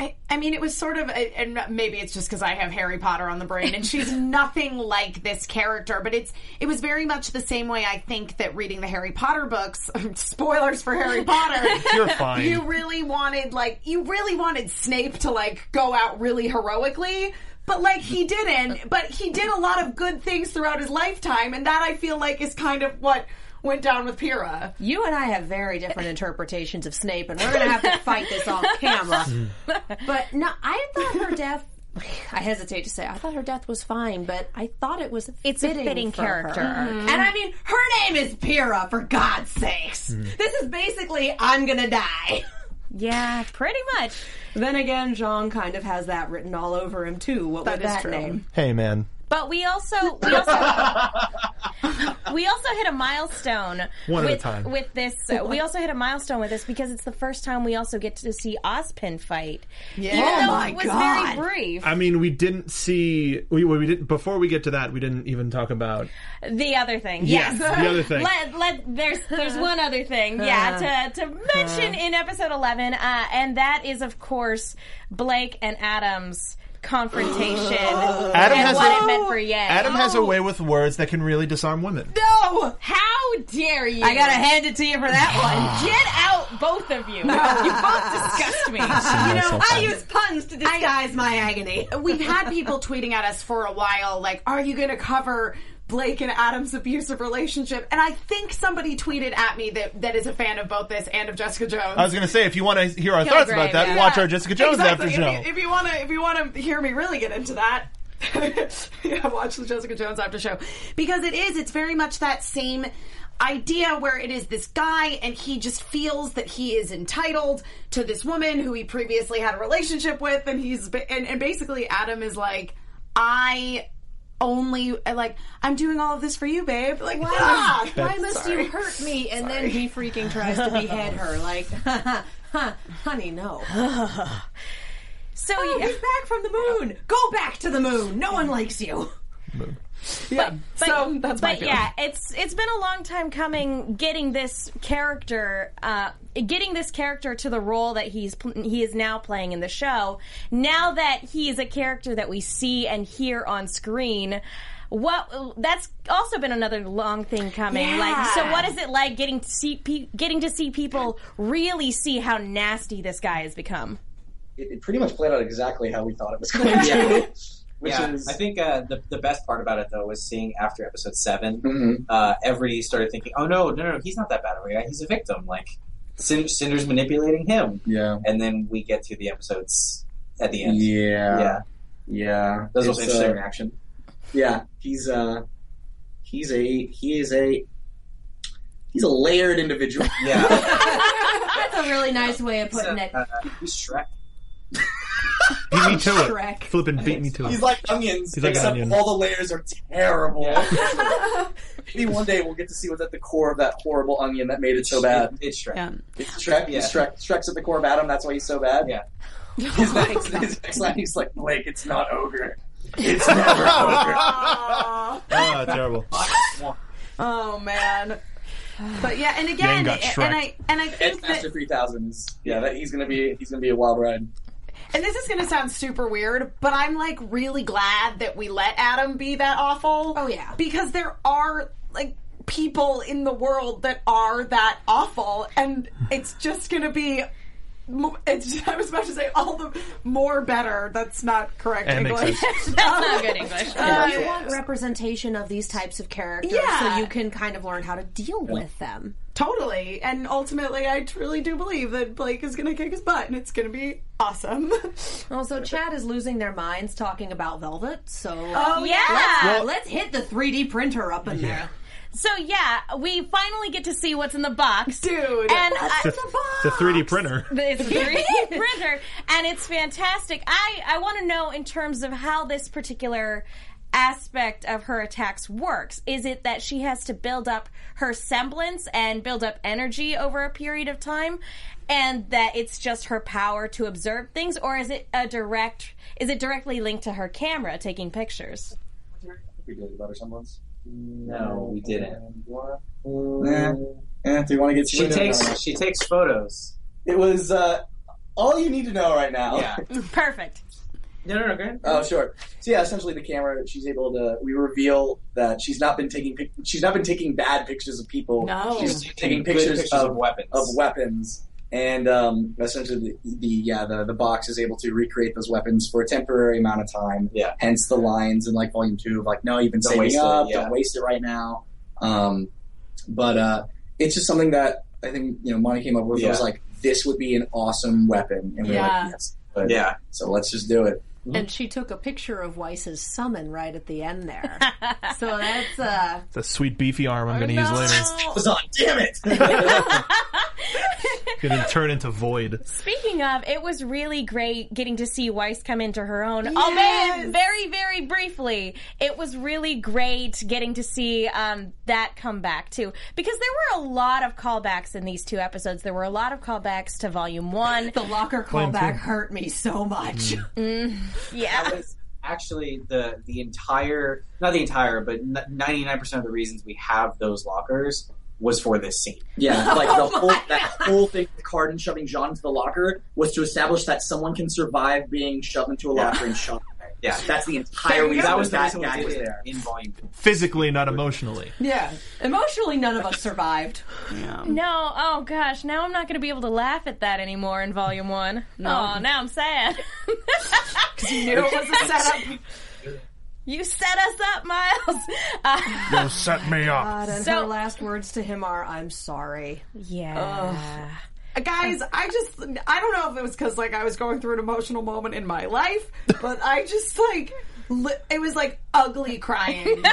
Speaker 4: I, I mean, it was sort of, I- and maybe it's just because I have Harry Potter on the brain, and she's nothing like this character. But it's, it was very much the same way I think that reading the Harry Potter books, spoilers for Harry Potter,
Speaker 3: You're fine.
Speaker 4: you really wanted like you really wanted Snape to like go out really heroically, but like he didn't. But he did a lot of good things throughout his lifetime, and that I feel like is kind of what went down with Pyrrha.
Speaker 5: You and I have very different interpretations of Snape, and we're going to have to fight this off camera. but no, I thought her death. I hesitate to say I thought her death was fine, but I thought it was
Speaker 2: It's a
Speaker 5: fitting
Speaker 2: fitting
Speaker 5: for her.
Speaker 2: character.
Speaker 5: Mm-hmm. And I mean, her name is Pyrrha, for God's sakes. This is basically I'm gonna die.
Speaker 2: Yeah, pretty much.
Speaker 5: Then again, Zhang kind of has that written all over him too. What was
Speaker 4: That is
Speaker 5: that
Speaker 4: true.
Speaker 5: name?
Speaker 3: Hey, man.
Speaker 2: But we also we also we also hit a milestone
Speaker 3: One at
Speaker 2: with,
Speaker 3: a time.
Speaker 2: with this. uh, we also hit a milestone with this because it's the first time we also get to see Ospin fight. Yeah, even
Speaker 4: Oh
Speaker 2: though
Speaker 4: my
Speaker 2: it was
Speaker 4: God.
Speaker 2: very brief.
Speaker 3: I mean, we didn't see. We, we didn't before we get to that. We didn't even talk about.
Speaker 2: The other thing, yes.
Speaker 3: Yeah, the other thing.
Speaker 2: Let, let, there's there's one other thing,
Speaker 5: Uh-huh.
Speaker 2: yeah, to, to mention in episode 11, uh, and that is of course Blake and Adam's confrontation
Speaker 3: Adam
Speaker 2: and
Speaker 3: has
Speaker 2: what
Speaker 3: a-
Speaker 2: it meant for Oh, Yang.
Speaker 3: Adam has a way with words that can really disarm women.
Speaker 2: No! How dare you?
Speaker 5: I gotta hand it to you for that one.
Speaker 2: Get out, both of you. you both disgust me.
Speaker 5: you know, I use puns to disguise my agony.
Speaker 4: we've had people tweeting at us for a while, like, are you going to cover Blake and Adam's abusive relationship? And I think somebody tweeted at me that, that is a fan of both this and of Jessica Jones.
Speaker 3: I was going to say, if you want to hear our thoughts about
Speaker 2: grave,
Speaker 3: that,
Speaker 2: yeah.
Speaker 3: watch our Jessica Jones
Speaker 4: exactly.
Speaker 3: after show.
Speaker 4: If you- If you want to, if you want to hear me really get into that, yeah, watch the Jessica Jones after show because it is. It's very much that same idea where it is this guy and he just feels that he is entitled to this woman who he previously had a relationship with, and he's ba- and, and basically Adam is like, I only like I'm doing all of this for you, babe. Like, ah,
Speaker 5: Why must you hurt me? And then he freaking tries to behead her. Like, huh, honey, no.
Speaker 2: So,
Speaker 5: Oh,
Speaker 2: yeah.
Speaker 5: he's back from the moon. Go back to the moon. No one likes you.
Speaker 4: so that's my
Speaker 2: but
Speaker 4: feeling.
Speaker 2: yeah, it's it's been a long time coming getting this character, uh, getting this character to the role that he's pl- he is now playing in the show. Now that he is a character that we see and hear on screen. What that's also been another long thing coming. Like, so what is it like getting to see pe- getting to see people really see how nasty this guy has become?
Speaker 7: It, it pretty much played out exactly how we thought it was going to.
Speaker 6: Yeah.
Speaker 7: Which
Speaker 6: yeah,
Speaker 7: is
Speaker 6: I think uh, the the best part about it though was seeing after episode 7
Speaker 7: Mhm.
Speaker 6: uh, everybody started thinking, "Oh no, no, no, he's not that bad of a guy. He's a victim. Like Cin- Cinder's manipulating him."
Speaker 7: Yeah.
Speaker 6: And then we get to the episodes at the end.
Speaker 7: Yeah.
Speaker 6: Yeah.
Speaker 7: Yeah.
Speaker 6: that was also an
Speaker 7: It's,
Speaker 6: interesting
Speaker 7: uh,
Speaker 6: reaction.
Speaker 7: yeah. He's uh he's a he is a he's a layered individual.
Speaker 6: Yeah,
Speaker 5: That's a really nice way of
Speaker 6: he's,
Speaker 5: putting it.
Speaker 6: uh, he's Shrek.
Speaker 3: Beat me to
Speaker 5: Shrek.
Speaker 3: it. Flippin' beat me to it.
Speaker 7: He's like onions,
Speaker 3: He's like an
Speaker 7: except
Speaker 3: onion.
Speaker 7: all the layers are terrible.
Speaker 6: Yeah.
Speaker 7: Maybe one day we'll get to see what's at the core of that horrible onion that made it so bad.
Speaker 6: It- it's Shrek.
Speaker 4: Yeah.
Speaker 7: It's Shrek.
Speaker 6: Yeah.
Speaker 7: It's Shrek. Shrek's at the core of Adam. That's why he's so bad.
Speaker 6: Yeah.
Speaker 7: His next, his next line, he's like, Blake, it's not ogre. It's never ogre.
Speaker 3: oh, terrible.
Speaker 4: Oh man. But yeah, and
Speaker 3: Yang
Speaker 4: again,
Speaker 3: got
Speaker 4: and
Speaker 3: Shrek.
Speaker 4: I and I
Speaker 7: Ed
Speaker 4: think that,
Speaker 7: Master three thousands. Yeah, that he's gonna be he's gonna be a wild ride.
Speaker 4: and this is going to sound super weird, but I'm like really glad that we let Adam be that awful.
Speaker 5: Oh, yeah.
Speaker 4: because there are like people in the world that are that awful, and it's just going to be mo- it's, I was about to say all the more better. That's not correct
Speaker 3: And it makes
Speaker 4: English.
Speaker 2: That's not good English.
Speaker 5: you want representation of these types of characters
Speaker 4: Yeah.
Speaker 5: so you can kind of learn how to deal with them.
Speaker 4: Totally. And ultimately, I truly do believe that Blake is going to kick his butt and it's going to be awesome.
Speaker 5: Also, Chad is losing their minds talking about Velvet, so
Speaker 4: Oh, yeah.
Speaker 5: let's, let's hit the 3D printer up in there.
Speaker 2: so yeah, we finally get to see what's in the box,
Speaker 4: Dude.
Speaker 2: And I,
Speaker 3: The, the 3D printer.
Speaker 2: It's a 3D printer, and it's fantastic. I, I want to know in terms of how this particular aspect of her attacks works. Is it that she has to build up her semblance and build up energy over a period of time, and that it's just her power to observe things, or is it a direct? Is it directly linked to her camera taking pictures?
Speaker 7: We did about her semblance.
Speaker 6: No, we didn't.
Speaker 7: Eh. Eh, do you want to get?
Speaker 6: She
Speaker 7: into it?
Speaker 6: takes she takes photos.
Speaker 7: It was uh, all you need to know right now.
Speaker 6: Yeah.
Speaker 2: Perfect.
Speaker 6: No, no, no. Go ahead.
Speaker 7: Oh, sure. So yeah, essentially the camera, she's able to. We reveal that she's not been taking pic- she's not been taking bad pictures of people.
Speaker 4: No.
Speaker 5: Oh.
Speaker 7: she's taking
Speaker 6: Good
Speaker 7: pictures, of,
Speaker 6: weapons.
Speaker 7: of weapons, and um, essentially the, the yeah the, the box is able to recreate those weapons for a temporary amount of time.
Speaker 6: Yeah.
Speaker 7: Hence the lines in like volume two of like, no, you've been
Speaker 6: Don't
Speaker 7: saving
Speaker 6: waste it,
Speaker 7: up,
Speaker 6: yeah.
Speaker 7: don't waste it right now. Um, but uh, it's just something that I think you know Monty came up with. It was
Speaker 6: Yeah.
Speaker 7: like this would be an awesome weapon, and we were
Speaker 4: Yeah.
Speaker 7: like yes, but,
Speaker 6: Yeah.
Speaker 7: So let's just do it.
Speaker 5: And she took a picture of Weiss's summon right at the end there. so that's uh
Speaker 3: The sweet beefy arm I'm going to use later.
Speaker 7: was on. Damn it!
Speaker 3: Going to turn into void.
Speaker 2: Speaking of, it was really great getting to see Weiss come into her own,
Speaker 4: Yes.
Speaker 2: albeit very, very briefly. It was really great getting to see um, that come back too, because there were a lot of callbacks in these two episodes. There were a lot of callbacks to Volume One.
Speaker 5: the locker callback hurt me so much.
Speaker 3: Mm.
Speaker 2: yeah,
Speaker 6: That
Speaker 2: Uh,
Speaker 6: was actually the the entire not the entire but ninety nine percent of the reasons we have those lockers was for this scene. Oh
Speaker 7: yeah, like the whole that whole thing, with Cardin shoving Jean into the locker was to establish that someone can survive being shoved into a locker and shot. away.
Speaker 6: Yeah.
Speaker 7: that's the entire reason
Speaker 6: that was the
Speaker 7: that
Speaker 6: reason
Speaker 7: guy
Speaker 6: we
Speaker 7: was
Speaker 6: did it
Speaker 7: there.
Speaker 6: in volume. two.
Speaker 3: Physically, not emotionally.
Speaker 4: yeah.
Speaker 5: Emotionally none of us survived.
Speaker 2: no, oh gosh, now I'm not going to be able to laugh at that anymore in Volume One. Oh, now I'm sad.
Speaker 4: It was a setup.
Speaker 2: you set us up, Miles. Uh,
Speaker 3: You set me up.
Speaker 5: God, and
Speaker 2: So-
Speaker 5: her last words to him are I'm sorry.
Speaker 2: yeah,
Speaker 4: Guys, I just, I don't know if it was because, like, I was going through an emotional moment in my life, but I just, like, li- it was, like, ugly crying.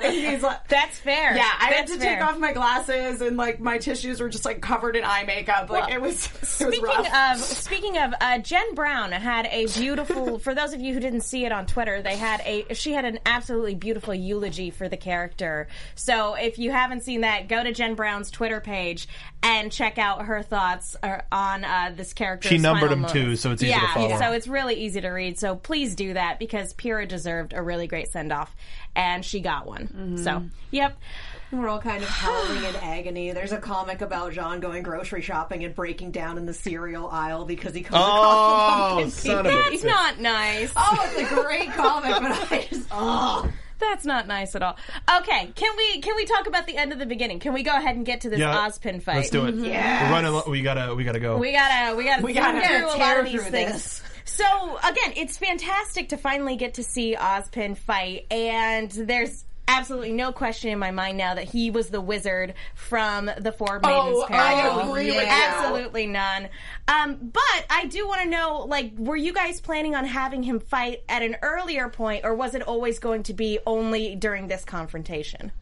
Speaker 4: and he's like,
Speaker 2: that's fair.
Speaker 4: yeah, I had
Speaker 2: That's
Speaker 4: to
Speaker 2: fair.
Speaker 4: take off my glasses and like my tissues were just like covered in eye makeup. Like it was, it was
Speaker 2: Speaking
Speaker 4: rough.
Speaker 2: of, speaking of, uh, Jen Brown had a beautiful. for those of you who didn't see it on Twitter, they had a. She had an absolutely beautiful eulogy for the character. So if you haven't seen that, go to Jen Brown's Twitter page and check out her thoughts uh, on uh, this character.
Speaker 3: She numbered them too, so it's easy to
Speaker 2: yeah,
Speaker 3: follow.
Speaker 2: So it's really easy to read. So please do that because Pyrrha deserved a really great send off, and she got one.
Speaker 3: Mm-hmm.
Speaker 2: So yep.
Speaker 5: We're all kind of howling in agony. There's a comic about John going grocery shopping and breaking down in the cereal aisle because he comes across the
Speaker 3: Oh,
Speaker 5: pumpkin
Speaker 3: son of a
Speaker 2: That's not nice.
Speaker 5: Oh, it's a great comic, but I just oh.
Speaker 2: That's not nice at all. Okay, can we can we talk about the end of the beginning? Can we go ahead and get to this
Speaker 3: Yeah,
Speaker 2: Ozpin fight?
Speaker 3: Let's do it. Yeah. We're running. lo- We gotta. We gotta go.
Speaker 2: We gotta we gotta we
Speaker 4: gotta
Speaker 2: through a lot
Speaker 5: tear
Speaker 2: of these
Speaker 5: through
Speaker 2: things.
Speaker 5: this.
Speaker 2: So again, it's fantastic to finally get to see Ozpin fight, and there's absolutely no question in my mind now that he was the wizard from the Four Maidens
Speaker 4: Oh, I
Speaker 2: Paragon.
Speaker 4: agree with you.
Speaker 2: Absolutely none. Um, but I do want to know, like, were you guys planning on having him fight at an earlier point, or was it always going to be only during this confrontation?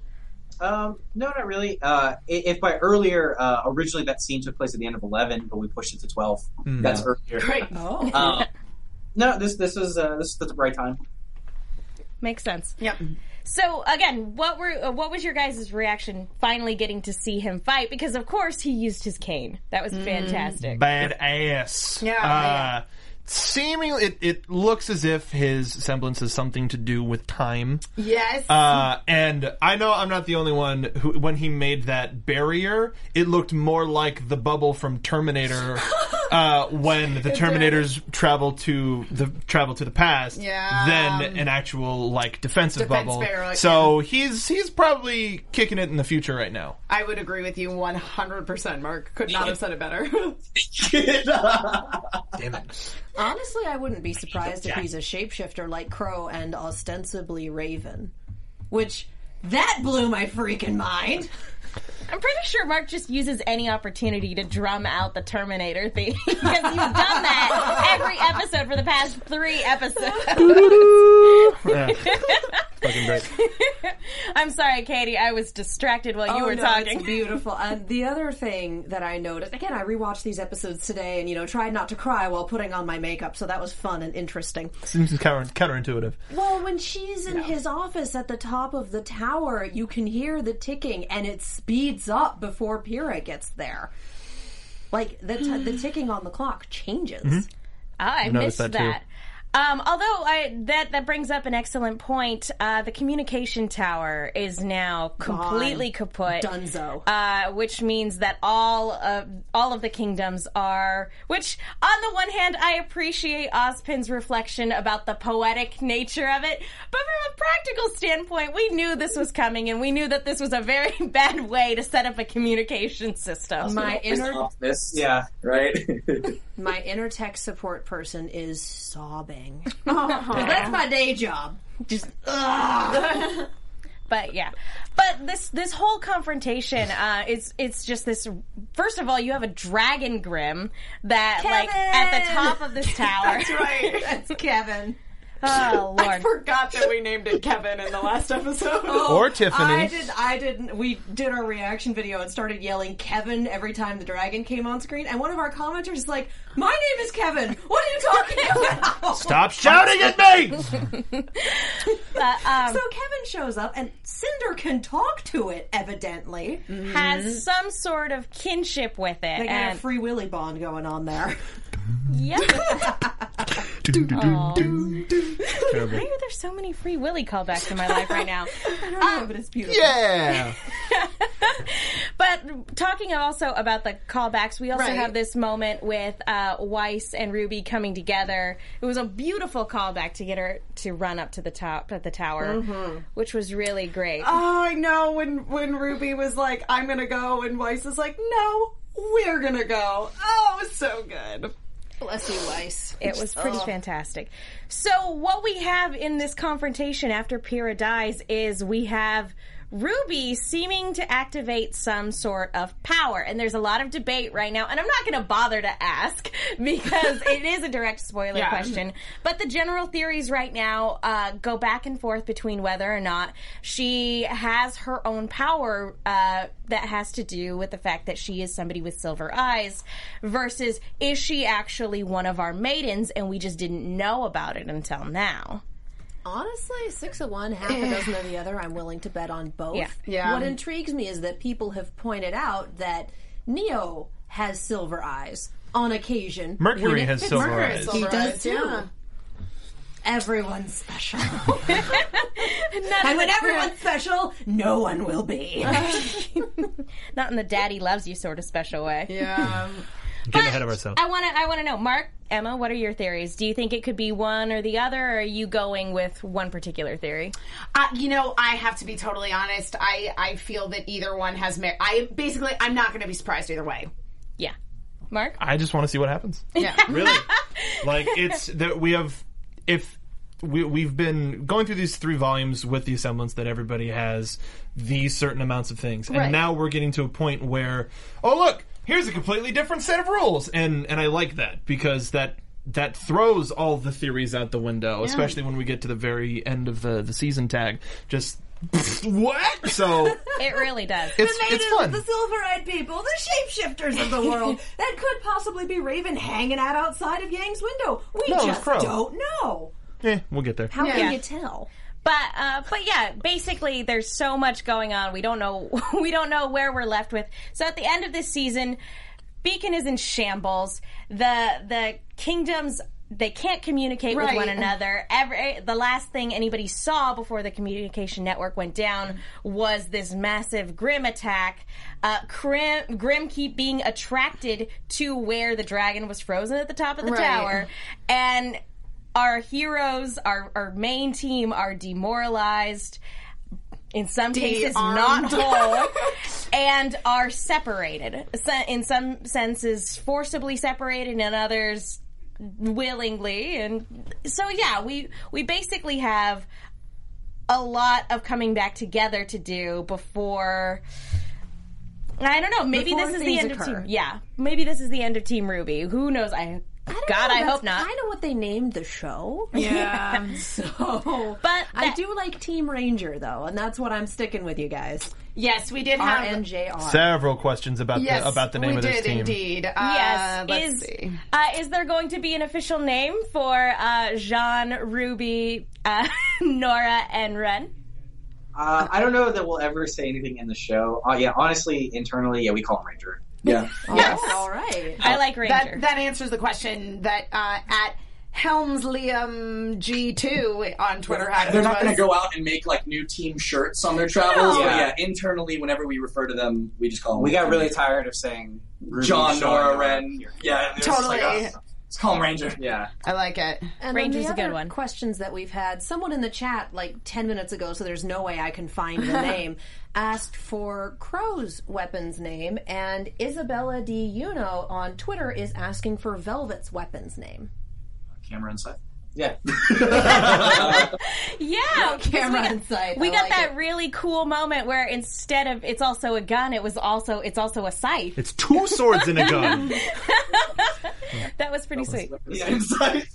Speaker 6: Um, no, not really. Uh, i- if by earlier, uh, originally that scene took place at the end of eleven, but we pushed it to twelve. That's earlier. Great.
Speaker 5: Oh.
Speaker 6: Um, no, this this was uh, this was the right time.
Speaker 2: Makes sense.
Speaker 4: yep.
Speaker 2: So again, what were uh, what was your guys' reaction finally getting to see him fight? Because of course he used his cane. That
Speaker 5: Mm.
Speaker 2: was fantastic.
Speaker 3: Bad ass.
Speaker 4: Yeah,
Speaker 3: Uh, seemingly, it, it looks as if his semblance has something to do with time.
Speaker 4: Yes.
Speaker 3: Uh, and I know I'm not the only one who, when he made that barrier, it looked more like the bubble from Terminator uh, when the Terminators travel to the travel to the past,
Speaker 4: Yeah.
Speaker 3: then an actual like defensive
Speaker 4: Defense
Speaker 3: bubble.
Speaker 4: barrier,
Speaker 3: so he's he's probably kicking it in the future right now.
Speaker 4: I would agree with you 100%, Mark. Could not have said it better.
Speaker 3: Damn it!
Speaker 5: Honestly, I wouldn't be surprised if he's a shapeshifter like Crow and ostensibly Raven. Which, that blew my freaking mind.
Speaker 2: I'm pretty sure Mark just uses any opportunity to drum out the Terminator theme because you've done that every episode for the past three episodes.
Speaker 3: Yeah. Fucking great.
Speaker 2: I'm sorry, Katie. I was distracted while you
Speaker 5: Oh,
Speaker 2: were
Speaker 5: no, It's
Speaker 2: talking.
Speaker 5: beautiful. And the other thing that I noticed again, I rewatched these episodes today, and you know, tried not to cry while putting on my makeup, so that was fun and interesting.
Speaker 3: Seems counter, counterintuitive.
Speaker 5: Well, when she's in his office at the top of the tower, you can hear the ticking, and it speeds up before Pyrrha gets there. Like the t- the ticking on the clock changes.
Speaker 2: Ah, I missed
Speaker 3: noticed
Speaker 2: that.
Speaker 3: that, too.
Speaker 2: Um, although I, that that brings up an excellent point, uh, the communication tower is now completely kaput.
Speaker 5: Dunzo.
Speaker 2: uh, which means that all of all of the kingdoms are. Which, on the one hand, I appreciate Ospin's reflection about the poetic nature of it, but from a practical standpoint, we knew this was coming, and we knew that this was a very bad way to set up a communication system.
Speaker 5: my inner
Speaker 7: Off this,
Speaker 6: Yeah.
Speaker 7: right?
Speaker 5: my inner tech support person is sobbing.
Speaker 2: Oh.
Speaker 5: 'Cause That's my day job. Just ugh.
Speaker 2: but yeah but this this whole confrontation uh it's it's just this first of all you have a dragon grim that like at the top of this tower
Speaker 4: That's right.
Speaker 5: That's Kevin.
Speaker 2: oh
Speaker 4: I
Speaker 2: lord
Speaker 4: forgot that we named it Kevin in the last episode.
Speaker 3: Or Tiffany.
Speaker 5: Oh, I did. I didn't. We did our reaction video and started yelling Kevin every time the dragon came on screen. And one of our commenters is like, "My name is Kevin. What are you talking about?"
Speaker 3: Stop shouting at me!
Speaker 2: Uh, um,
Speaker 5: So Kevin shows up, and Cinder can talk to it. Evidently,
Speaker 2: has some sort of kinship with it
Speaker 5: they got a
Speaker 2: and
Speaker 5: free willy bond going on there.
Speaker 2: yeah why
Speaker 3: Do, do, do, do, do. Terrible.
Speaker 2: are there so many free willy callbacks in my life right now
Speaker 5: I don't know, but it's beautiful.
Speaker 3: Yeah.
Speaker 2: But talking also about the callbacks, we also
Speaker 4: Right.
Speaker 2: have this moment with uh, Weiss and Ruby coming together. It was a beautiful callback to get her to run up to the top of the tower,
Speaker 4: Mm-hmm.
Speaker 2: which was really great.
Speaker 4: Oh, I know when when Ruby was like, "I'm gonna go," and Weiss is like, "No, we're gonna go." Oh, it was so good.
Speaker 5: Bless you, Weiss.
Speaker 2: it was pretty fantastic. So what we have in this confrontation after Pyrrha dies is we have Ruby seeming to activate some sort of power, and there's a lot of debate right now. And I'm not going to bother to ask because it is a direct spoiler question. But the general theories right now uh, go back and forth between whether or not she has her own power uh, that has to do with the fact that she is somebody with silver eyes versus is she actually one of our maidens and we just didn't know about it until now.
Speaker 5: Honestly, six of one, half a dozen of the other. I'm willing to bet on both.
Speaker 2: Yeah.
Speaker 4: Yeah.
Speaker 5: What intrigues me is that people have pointed out that Neo has silver eyes on occasion. When
Speaker 3: Mercury
Speaker 5: it
Speaker 3: has
Speaker 5: fits-
Speaker 3: silver
Speaker 4: Mercury
Speaker 3: eyes.
Speaker 4: has silver
Speaker 5: He does
Speaker 4: eyes,
Speaker 5: too.
Speaker 4: yeah.
Speaker 5: Everyone's special. and when everyone's special, no one will be.
Speaker 2: Not in the daddy loves you sort of special way.
Speaker 4: Yeah.
Speaker 3: Getting ahead of ourselves.
Speaker 2: I want to I want to know Mark, Emma, what are your theories? Do you think it could be one or the other or are you going with one particular theory?
Speaker 4: Uh, you know, I have to be totally honest. I I feel that either one has merit. I basically, I'm not going to be surprised either way.
Speaker 2: Yeah. Mark?
Speaker 3: I just want to see what happens. Yeah. really. Like it's that we have if we we've been going through these three volumes with the assemblance that everybody has these certain amounts of things. And now we're getting to a point where oh look, here's a completely different set of rules and and I like that because that that throws all the theories out the window, especially when we get to the very end of the the season tag. Just what? So
Speaker 2: It really does.
Speaker 3: it's it's fun.
Speaker 5: The silver-eyed people, the shapeshifters of the world. that could possibly be Raven hanging out outside of Yang's window. We
Speaker 3: No, it's
Speaker 5: just
Speaker 3: Crow.
Speaker 5: don't know.
Speaker 3: Eh, we'll get there.
Speaker 5: How
Speaker 2: Yeah.
Speaker 5: can you tell?
Speaker 2: But uh, but yeah, basically there's so much going on. We don't know we don't know where we're left with. So at the end of this season, Beacon is in shambles. The the kingdoms they can't communicate with
Speaker 4: Right.
Speaker 2: one another. Every the last thing anybody saw before the communication network went down was this massive Grim attack. Uh, Grim, Grim keep being attracted to where the dragon was frozen at the top of the
Speaker 4: Right.
Speaker 2: tower, and our heroes, our our main team, are demoralized. In some cases, not
Speaker 4: De-armed.
Speaker 2: whole, and are separated. So in some senses, forcibly separated, in others, willingly and so yeah we we basically have a lot of coming back together to do before I don't know maybe
Speaker 5: Before
Speaker 2: this is the
Speaker 5: things
Speaker 2: end of
Speaker 5: occur.
Speaker 2: team yeah maybe this is the end of team ruby who knows I, god I hope not
Speaker 5: Kind of what they named the show.
Speaker 4: Yeah.
Speaker 5: So, but I
Speaker 2: that-
Speaker 5: do like Team Ranger though, and that's what I'm sticking with you guys.
Speaker 4: yes, we did have.
Speaker 2: Um,
Speaker 5: RNJR.
Speaker 3: Several questions about
Speaker 4: Yes,
Speaker 3: the Uh, about the name
Speaker 4: we
Speaker 3: of this
Speaker 4: did
Speaker 3: team.
Speaker 4: indeed. Uh,
Speaker 2: yes
Speaker 4: let's
Speaker 2: is
Speaker 4: see.
Speaker 2: Uh, is there going to be an official name for uh, Jean Ruby uh, Nora and Ren
Speaker 6: Uh, I don't know that we'll ever say anything in the show. Uh, yeah, honestly, internally, yeah, we call him Ranger.
Speaker 7: Yeah.
Speaker 4: Yes.
Speaker 5: All right.
Speaker 2: I like Ranger
Speaker 4: That that answers the question that uh, at Helms Liam G two on Twitter.
Speaker 7: They're
Speaker 4: hashtag
Speaker 7: not going
Speaker 4: was-
Speaker 7: to go out and make like new team shirts on their travels, but
Speaker 6: Yeah.
Speaker 7: yeah, internally, whenever we refer to them, we just call them.
Speaker 6: We got really tired of saying Ruby,
Speaker 7: John,
Speaker 6: Sean,
Speaker 7: Nora, Ren.
Speaker 6: Kira.
Speaker 7: Yeah, it's
Speaker 4: Totally.
Speaker 7: Like, oh, let's call him Ranger.
Speaker 6: Yeah.
Speaker 4: I like it.
Speaker 5: And
Speaker 2: Ranger's
Speaker 5: then
Speaker 2: a
Speaker 5: the
Speaker 2: good
Speaker 5: other
Speaker 2: one.
Speaker 5: Questions that we've had. Someone in the chat, like ten minutes ago, so there's no way I can find the name, asked for Crow's weapon's name, and Isabella D. Uno on Twitter is asking for Velvet's weapon's name.
Speaker 7: Camera inside.
Speaker 6: Yeah.
Speaker 2: yeah
Speaker 5: Camera in sight.
Speaker 2: We
Speaker 5: I
Speaker 2: got
Speaker 5: like
Speaker 2: that
Speaker 5: it.
Speaker 2: really cool moment where instead of it's also a gun, it was also it's also a scythe.
Speaker 3: It's two swords and a gun.
Speaker 2: that was pretty sweet.
Speaker 7: Yeah, inside.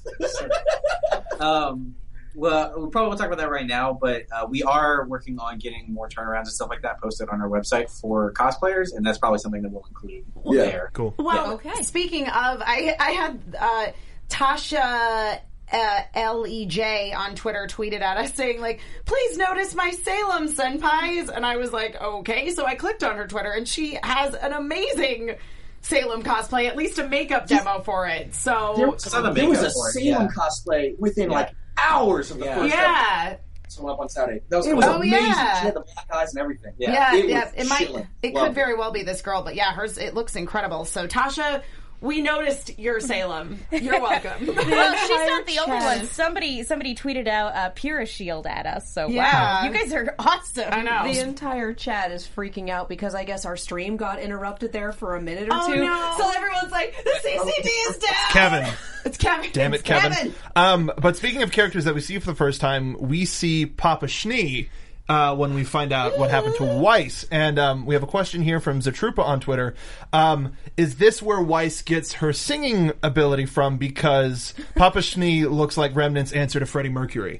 Speaker 6: um, well, we probably won't talk about that right now, but uh, we are working on getting more turnarounds and stuff like that posted on our website for cosplayers, and that's probably something that we'll include
Speaker 7: Yeah.
Speaker 6: there.
Speaker 3: Cool.
Speaker 4: Well,
Speaker 5: Okay.
Speaker 4: Um, speaking of, I I had uh, Tasha uh, L E J on Twitter tweeted at us saying like, "Please notice my Salem senpais," and I was like, "Okay." So I clicked on her Twitter, and she has an amazing. Salem cosplay, at least a makeup demo for it. So,
Speaker 6: Some of the
Speaker 7: there was a
Speaker 6: makeup for it,
Speaker 7: Salem
Speaker 6: yeah.
Speaker 7: cosplay within like hours of the
Speaker 6: Yeah.
Speaker 7: first episode.
Speaker 4: yeah,
Speaker 7: This one up on Saturday. That was
Speaker 6: It
Speaker 7: cool.
Speaker 6: was
Speaker 4: Oh,
Speaker 7: amazing.
Speaker 4: yeah.
Speaker 7: She had the black eyes and everything.
Speaker 6: Yeah.
Speaker 4: Yeah,
Speaker 7: it
Speaker 4: yeah,
Speaker 7: was
Speaker 4: it might.
Speaker 7: chilling.
Speaker 4: It
Speaker 7: Loved
Speaker 4: could very well be this girl, but yeah, hers. It looks incredible. So Tasha, we noticed your Salem. You're welcome.
Speaker 2: Well, she's not the only one. Somebody somebody tweeted out uh, Pura Shield at us. So
Speaker 4: Yeah.
Speaker 2: wow, you guys are awesome.
Speaker 4: I know.
Speaker 5: The entire chat is freaking out because I guess our stream got interrupted there for a minute or
Speaker 4: Oh,
Speaker 5: two.
Speaker 4: no. Oh,
Speaker 5: So everyone's like,
Speaker 4: the CCD is down.
Speaker 3: Kevin.
Speaker 4: It's Kevin.
Speaker 3: Damn it,
Speaker 4: It's
Speaker 3: Kevin. Um, but speaking of characters that we see for the first time, we see Papa Schnee. Uh, when we find out what happened to Weiss, and um, we have a question here from Zatrupa on Twitter: um, Is this where Weiss gets her singing ability from? Because Papa Schnee looks like Remnant's answer to Freddie Mercury.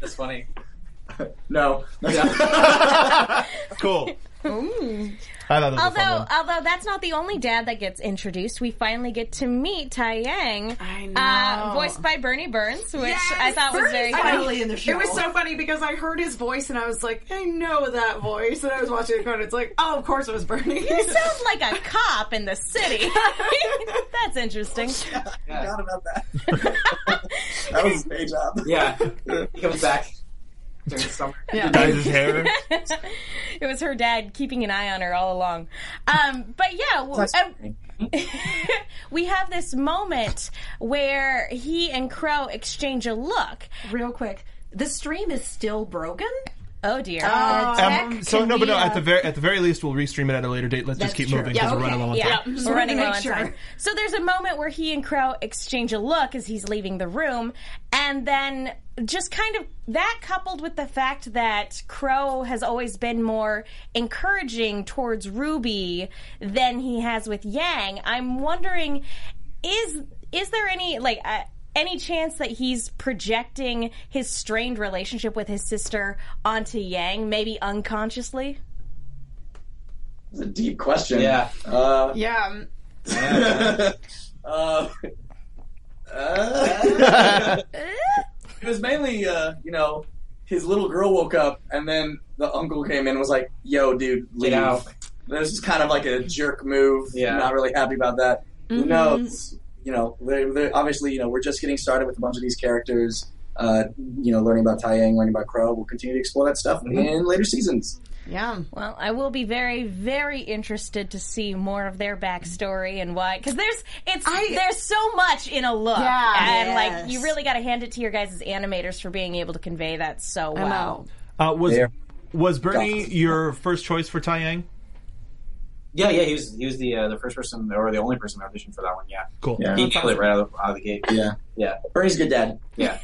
Speaker 6: That's funny.
Speaker 7: No.
Speaker 3: Cool. I thought that was a fun
Speaker 2: Although,
Speaker 3: one.
Speaker 2: although that's not the only dad that gets introduced, we finally get to meet Tai Yang,
Speaker 4: I
Speaker 2: uh,
Speaker 4: know.
Speaker 2: voiced by Bernie Burns, which
Speaker 4: Yes,
Speaker 2: I thought was very
Speaker 4: I
Speaker 2: funny.
Speaker 4: know.
Speaker 5: Finally in the show.
Speaker 4: It was so funny because I heard his voice and I was like, I know that voice. And I was watching the code. It's like, oh, of course it was Bernie.
Speaker 2: You sound like a cop in the city. that's interesting.
Speaker 7: I forgot about that. that was his day job.
Speaker 6: Yeah. he comes back during the summer.
Speaker 3: dyes his hair.
Speaker 2: It was her dad keeping an eye on her all along. Um, but yeah, w- um, we have this moment where he and Crow exchange a look.
Speaker 5: Real quick, the stream is still broken.
Speaker 2: Oh dear.
Speaker 5: Uh,
Speaker 3: Um,
Speaker 5: tech,
Speaker 3: so
Speaker 5: can
Speaker 3: no, but
Speaker 5: we,
Speaker 3: no. At
Speaker 5: uh,
Speaker 3: the very at the very least, we'll restream it at a later date. Let's
Speaker 5: That's
Speaker 3: just keep
Speaker 5: true.
Speaker 3: moving
Speaker 5: Yeah,
Speaker 3: because we're running
Speaker 5: okay.
Speaker 3: low on
Speaker 2: yeah,
Speaker 3: time.
Speaker 5: just
Speaker 2: we're
Speaker 5: wanted
Speaker 2: running
Speaker 5: to make
Speaker 2: low on
Speaker 5: sure.
Speaker 2: time. So there's a moment where he and Crow exchange a look as he's leaving the room, and then just kind of that coupled with the fact that Crow has always been more encouraging towards Ruby than he has with Yang. I'm wondering, is is there any like? Uh, any chance that he's projecting his strained relationship with his sister onto Yang, maybe unconsciously?
Speaker 7: It's a deep question.
Speaker 6: Yeah.
Speaker 7: Uh,
Speaker 4: yeah. um,
Speaker 7: uh, uh, it was mainly, uh, you know, his little girl woke up, and then the uncle came in and was like, "Yo, dude, leave."
Speaker 6: out.
Speaker 7: This is kind of like a jerk move.
Speaker 6: Yeah. Mm-hmm.
Speaker 7: not really happy about that. Who knows? you know, they're, they're, obviously, you know, we're just getting started with a bunch of these characters. Uh, you know, learning about Tai Yang, learning about Crow. We'll continue to explore that stuff
Speaker 6: Mm-hmm.
Speaker 7: in later seasons.
Speaker 4: Yeah.
Speaker 2: Well, I will be very, very interested to see more of their backstory and why, because there's it's there's so much in a look,
Speaker 4: Yeah.
Speaker 2: and like
Speaker 4: Yes.
Speaker 2: you really got to hand it to your guys as animators for being able to convey that so well.
Speaker 4: Wow.
Speaker 3: Uh, was
Speaker 6: There.
Speaker 3: was Bernie your first choice for Tai Yang?
Speaker 6: Yeah, yeah, he was he was the uh, the first person or the only person auditioned for that one. Yeah,
Speaker 3: Cool.
Speaker 7: Yeah.
Speaker 6: he killed it right out of, the, out of the gate.
Speaker 7: Yeah.
Speaker 6: Yeah,
Speaker 7: Bernie's a good dad.
Speaker 6: yeah.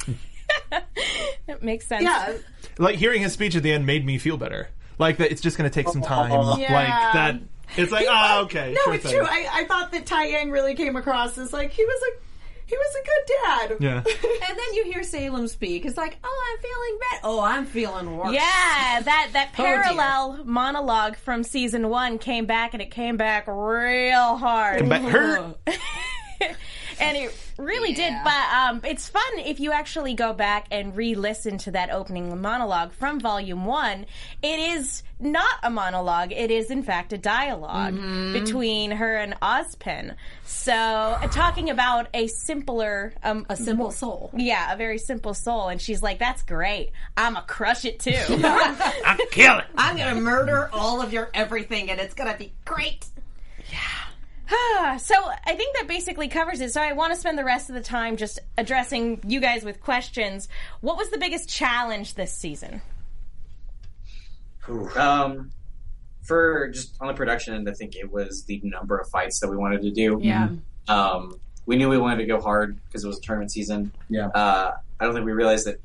Speaker 2: That makes sense.
Speaker 4: Yeah.
Speaker 3: Like hearing his speech at the end made me feel better. Like that it's just going to take some time.
Speaker 4: Yeah.
Speaker 3: Like that. It's like ah okay.
Speaker 4: No,
Speaker 3: sure
Speaker 4: it's
Speaker 3: thing.
Speaker 4: true. I, I thought that Tai Yang really came across as like he was a he was a good dad.
Speaker 3: yeah.
Speaker 5: And then you hear Salem speak. It's like, oh, I'm feeling better. Oh, I'm feeling worse.
Speaker 2: Yeah, that that
Speaker 4: Oh,
Speaker 5: dear.
Speaker 2: parallel monologue from season one came back, and it came back real hard.
Speaker 3: But her
Speaker 2: and it really did. But um, it's fun if you actually go back and re-listen to that opening monologue from Volume One. It is not a monologue; it is in fact a dialog between her and Ozpin. So, uh, talking about a simpler, um,
Speaker 5: A simple soul.
Speaker 2: yeah, a very simple soul, and she's like, "That's great. I'ma crush it too."
Speaker 3: kill it.
Speaker 5: I'm going to murder all of your everything, and it's going to be great.
Speaker 2: Ah, so I think that basically covers it. So I want to spend the rest of the time just addressing you guys with questions. What was the biggest challenge this season?
Speaker 6: Um, for just on the production end, I think it was the number of fights that we wanted to do. Yeah. Um, we knew we wanted to go hard because it was a tournament season.
Speaker 7: Yeah.
Speaker 6: Uh, I don't think we realized that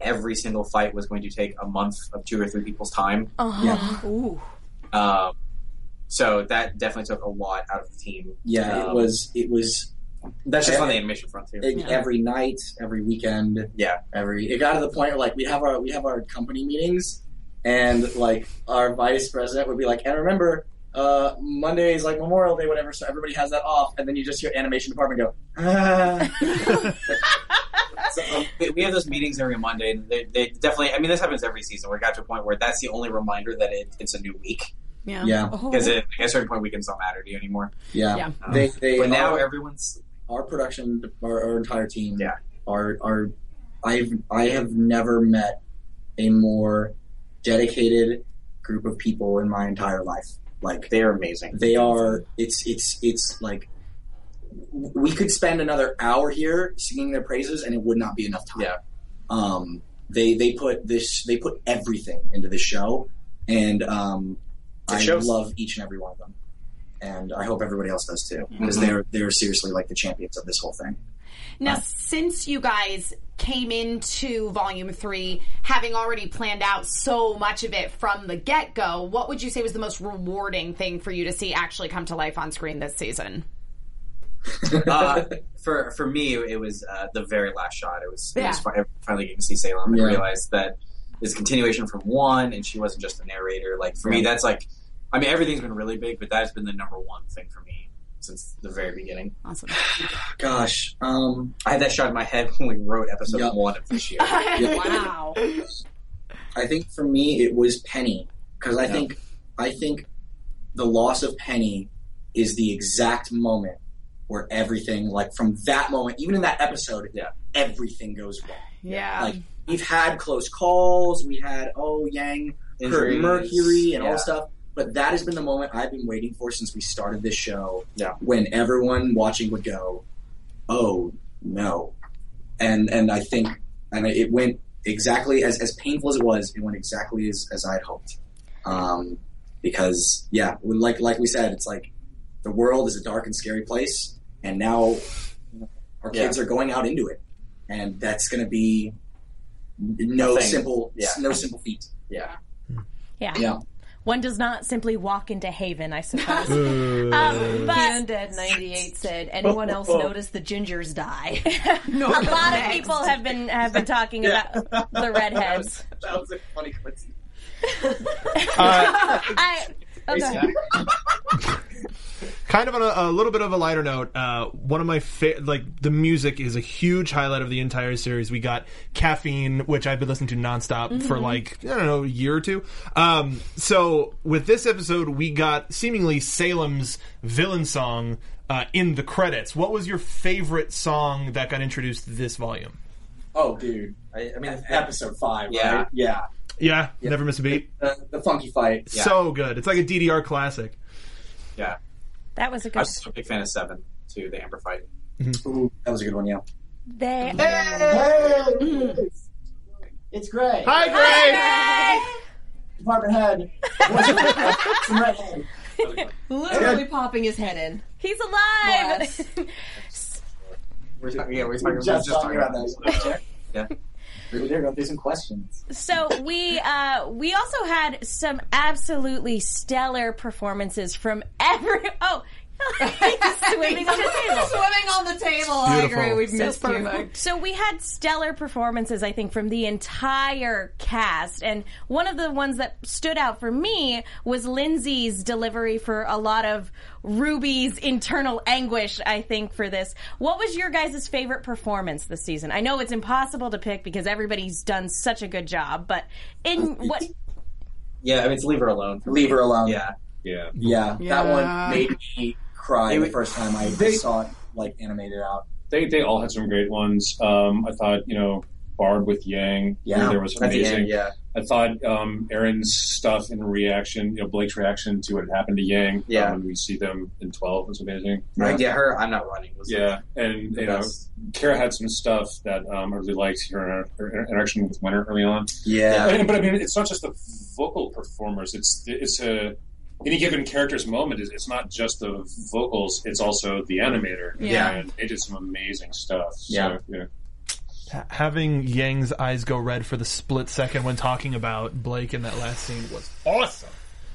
Speaker 6: every single fight was going to take a month of two or three people's time.
Speaker 5: Oh, Ooh.
Speaker 6: Um, so that definitely took a lot out of the team.
Speaker 7: Yeah, it
Speaker 6: Um,
Speaker 7: was. It was.
Speaker 6: That's just on the animation front too.
Speaker 7: Like, every night, every weekend,
Speaker 6: yeah.
Speaker 7: every. It got to the point where like we have our we have our company meetings, and like our vice president would be like, and remember. Uh, Monday is like Memorial Day, whatever. So everybody has that off, and then you just hear animation department go. Ah.
Speaker 6: So, um, we- we have those meetings every Monday, and they, they definitely. I mean, this happens every season. We got to a point where that's the only reminder that it, it's a new week
Speaker 4: Yeah.
Speaker 7: yeah,
Speaker 6: because at a certain point, weekends don't matter to you anymore.
Speaker 7: yeah.
Speaker 4: Yeah.
Speaker 7: They, they
Speaker 6: Um, But now
Speaker 7: our,
Speaker 6: everyone's
Speaker 7: our production, our, our entire team,
Speaker 6: Yeah.
Speaker 7: are are I've I have never met a more dedicated group of people in my entire life. Like
Speaker 6: they are amazing.
Speaker 7: they are it's it's it's like we could spend another hour here singing their praises and it would not be enough time
Speaker 6: Yeah.
Speaker 7: um they they put this they put everything into this show and um
Speaker 6: It
Speaker 7: i
Speaker 6: shows.
Speaker 7: love each and every one of them and i hope everybody else does too because
Speaker 6: Mm-hmm.
Speaker 7: they're they're seriously like the champions of this whole thing
Speaker 4: Now, since you guys came into Volume 3 having already planned out so much of it from the get go, what would you say was the most rewarding thing for you to see actually come to life on screen this season?
Speaker 6: uh, for for me, it was uh, the very last shot. It was, it was fi-
Speaker 4: Yeah.
Speaker 6: finally getting to see Salem and
Speaker 7: Yeah.
Speaker 6: realize that it's a continuation from one, and she wasn't just the narrator. Like for me,
Speaker 7: Yeah.
Speaker 6: that's like, I mean, everything's been really big, but that's been the number one thing for me since the very beginning.
Speaker 4: Awesome.
Speaker 7: gosh um
Speaker 6: I had that shot in my head when we wrote episode
Speaker 7: Yup.
Speaker 6: one of this year.
Speaker 7: yeah.
Speaker 5: Wow.
Speaker 7: I think for me it was Penny because I think I think the loss of Penny is the exact moment where everything like from that moment even in that episode
Speaker 6: Yeah.
Speaker 7: everything goes wrong.
Speaker 4: Yeah.
Speaker 7: Like we've had close calls, we had oh Yang hurt
Speaker 6: Injuries,
Speaker 7: Mercury and
Speaker 6: yeah.
Speaker 7: all stuff, but that has been the moment I've been waiting for since we started this show
Speaker 6: Yeah.
Speaker 7: when everyone watching would go oh no and and i think and it went exactly as, as painful as it was it went exactly as, as i had hoped um, because yeah when- like like we said it's like the world is a dark and scary place and now our kids are going out into it and that's going to be no
Speaker 6: A thing.
Speaker 7: simple
Speaker 6: Yeah.
Speaker 7: no simple feat
Speaker 6: Yeah.
Speaker 2: Yeah.
Speaker 7: yeah
Speaker 2: One does not simply walk into Haven, I suppose.
Speaker 3: Uh.
Speaker 4: Uh,
Speaker 2: um, but
Speaker 5: The Undead 98 said, anyone else notice the gingers die?
Speaker 2: a lot of people have been have been talking about the redheads.
Speaker 7: that was a funny coincidence
Speaker 2: I oh, go ahead.
Speaker 3: kind of on a, a little bit of a lighter note uh, one of my fa- like the music is a huge highlight of the entire series we got caffeine which i've been listening to nonstop for like i don't know a year or two um, so with this episode we got seemingly salem's villain song uh, in the credits. What was your favorite song that got introduced this volume?
Speaker 7: Oh, dude.
Speaker 6: I, I mean, that-
Speaker 7: Episode five,
Speaker 6: Yeah.
Speaker 7: right? Yeah.
Speaker 3: Yeah, never miss a beat.
Speaker 7: The, the funky fight.
Speaker 6: Yeah.
Speaker 3: So good. It's like a DDR classic.
Speaker 6: yeah.
Speaker 2: That was a
Speaker 6: I
Speaker 2: good.
Speaker 6: was just a big fan of Seven too. The Amber fight.
Speaker 7: Ooh, that was a good one, yeah.
Speaker 2: They
Speaker 7: It's great.
Speaker 3: Hi, Grace.
Speaker 7: Department head.
Speaker 5: Literally popping his head in.
Speaker 2: he's alive.
Speaker 5: Yes.
Speaker 6: We're talking, yeah, we're talking, we're
Speaker 7: just
Speaker 6: just
Speaker 7: talking about
Speaker 6: that.
Speaker 7: that.
Speaker 6: yeah.
Speaker 7: We're going through some questions.
Speaker 2: So we uh, we also had some absolutely stellar performances from every. Oh, he's swimming on the table.
Speaker 5: Swimming on the table. I
Speaker 3: Beautiful.
Speaker 5: agree. We've missed you.
Speaker 2: So we had stellar performances, I think, from the entire cast. And one of the ones that stood out for me was Lindsay's delivery for a lot of Ruby's internal anguish, I think, for this. What was your guys' favorite performance this season? I know it's impossible to pick because everybody's done such a good job, but in what
Speaker 6: Yeah, I mean, it's leave her alone. For me.
Speaker 7: Leave her alone.
Speaker 6: Yeah.
Speaker 9: Yeah.
Speaker 7: Yeah. That
Speaker 4: Yeah.
Speaker 7: one made me cry
Speaker 6: They-
Speaker 7: the first time I
Speaker 9: they-
Speaker 7: saw it like animated out.
Speaker 9: They, they all had some great ones. Um, I thought, you know, Barb with Yang
Speaker 7: Yeah.
Speaker 9: there was
Speaker 6: At the
Speaker 9: amazing.
Speaker 6: end, yeah.
Speaker 9: I thought um, Aaron's stuff in reaction, you know, Blake's reaction to what had happened to Yang
Speaker 6: Yeah.
Speaker 9: um, when we see them in 12 was amazing.
Speaker 6: Right, yeah, her. I'm not running. Was
Speaker 9: Yeah, and,
Speaker 6: the
Speaker 9: you know,
Speaker 6: best.
Speaker 9: Kara had some stuff that um, I really liked her, her inter- interaction with Winter early on.
Speaker 7: Yeah.
Speaker 9: But, but I mean, it's not just the vocal performers. It's it's a any given character's moment. Is, it's not just the vocals. It's also the animator.
Speaker 4: Yeah.
Speaker 9: and they did some amazing stuff. So,
Speaker 6: Yeah.
Speaker 9: yeah.
Speaker 3: Having Yang's eyes go red for the split second when talking about Blake in that last scene was awesome.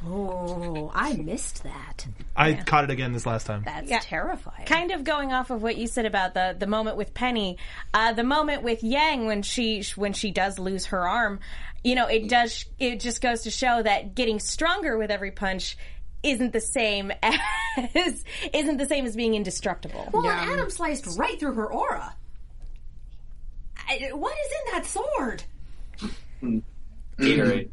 Speaker 5: Oh, I missed that.
Speaker 3: I caught it again this last time.
Speaker 5: That's terrifying.
Speaker 2: kind of going off of what you said about the the moment with Penny, uh, the moment with Yang when she when she does lose her arm, you know, it does it just goes to show that getting stronger with every punch isn't the same as isn't the same as being indestructible.
Speaker 5: Well, and Adam sliced right through her aura. I, what is in that sword?
Speaker 7: Mm-hmm.
Speaker 6: Gatorade.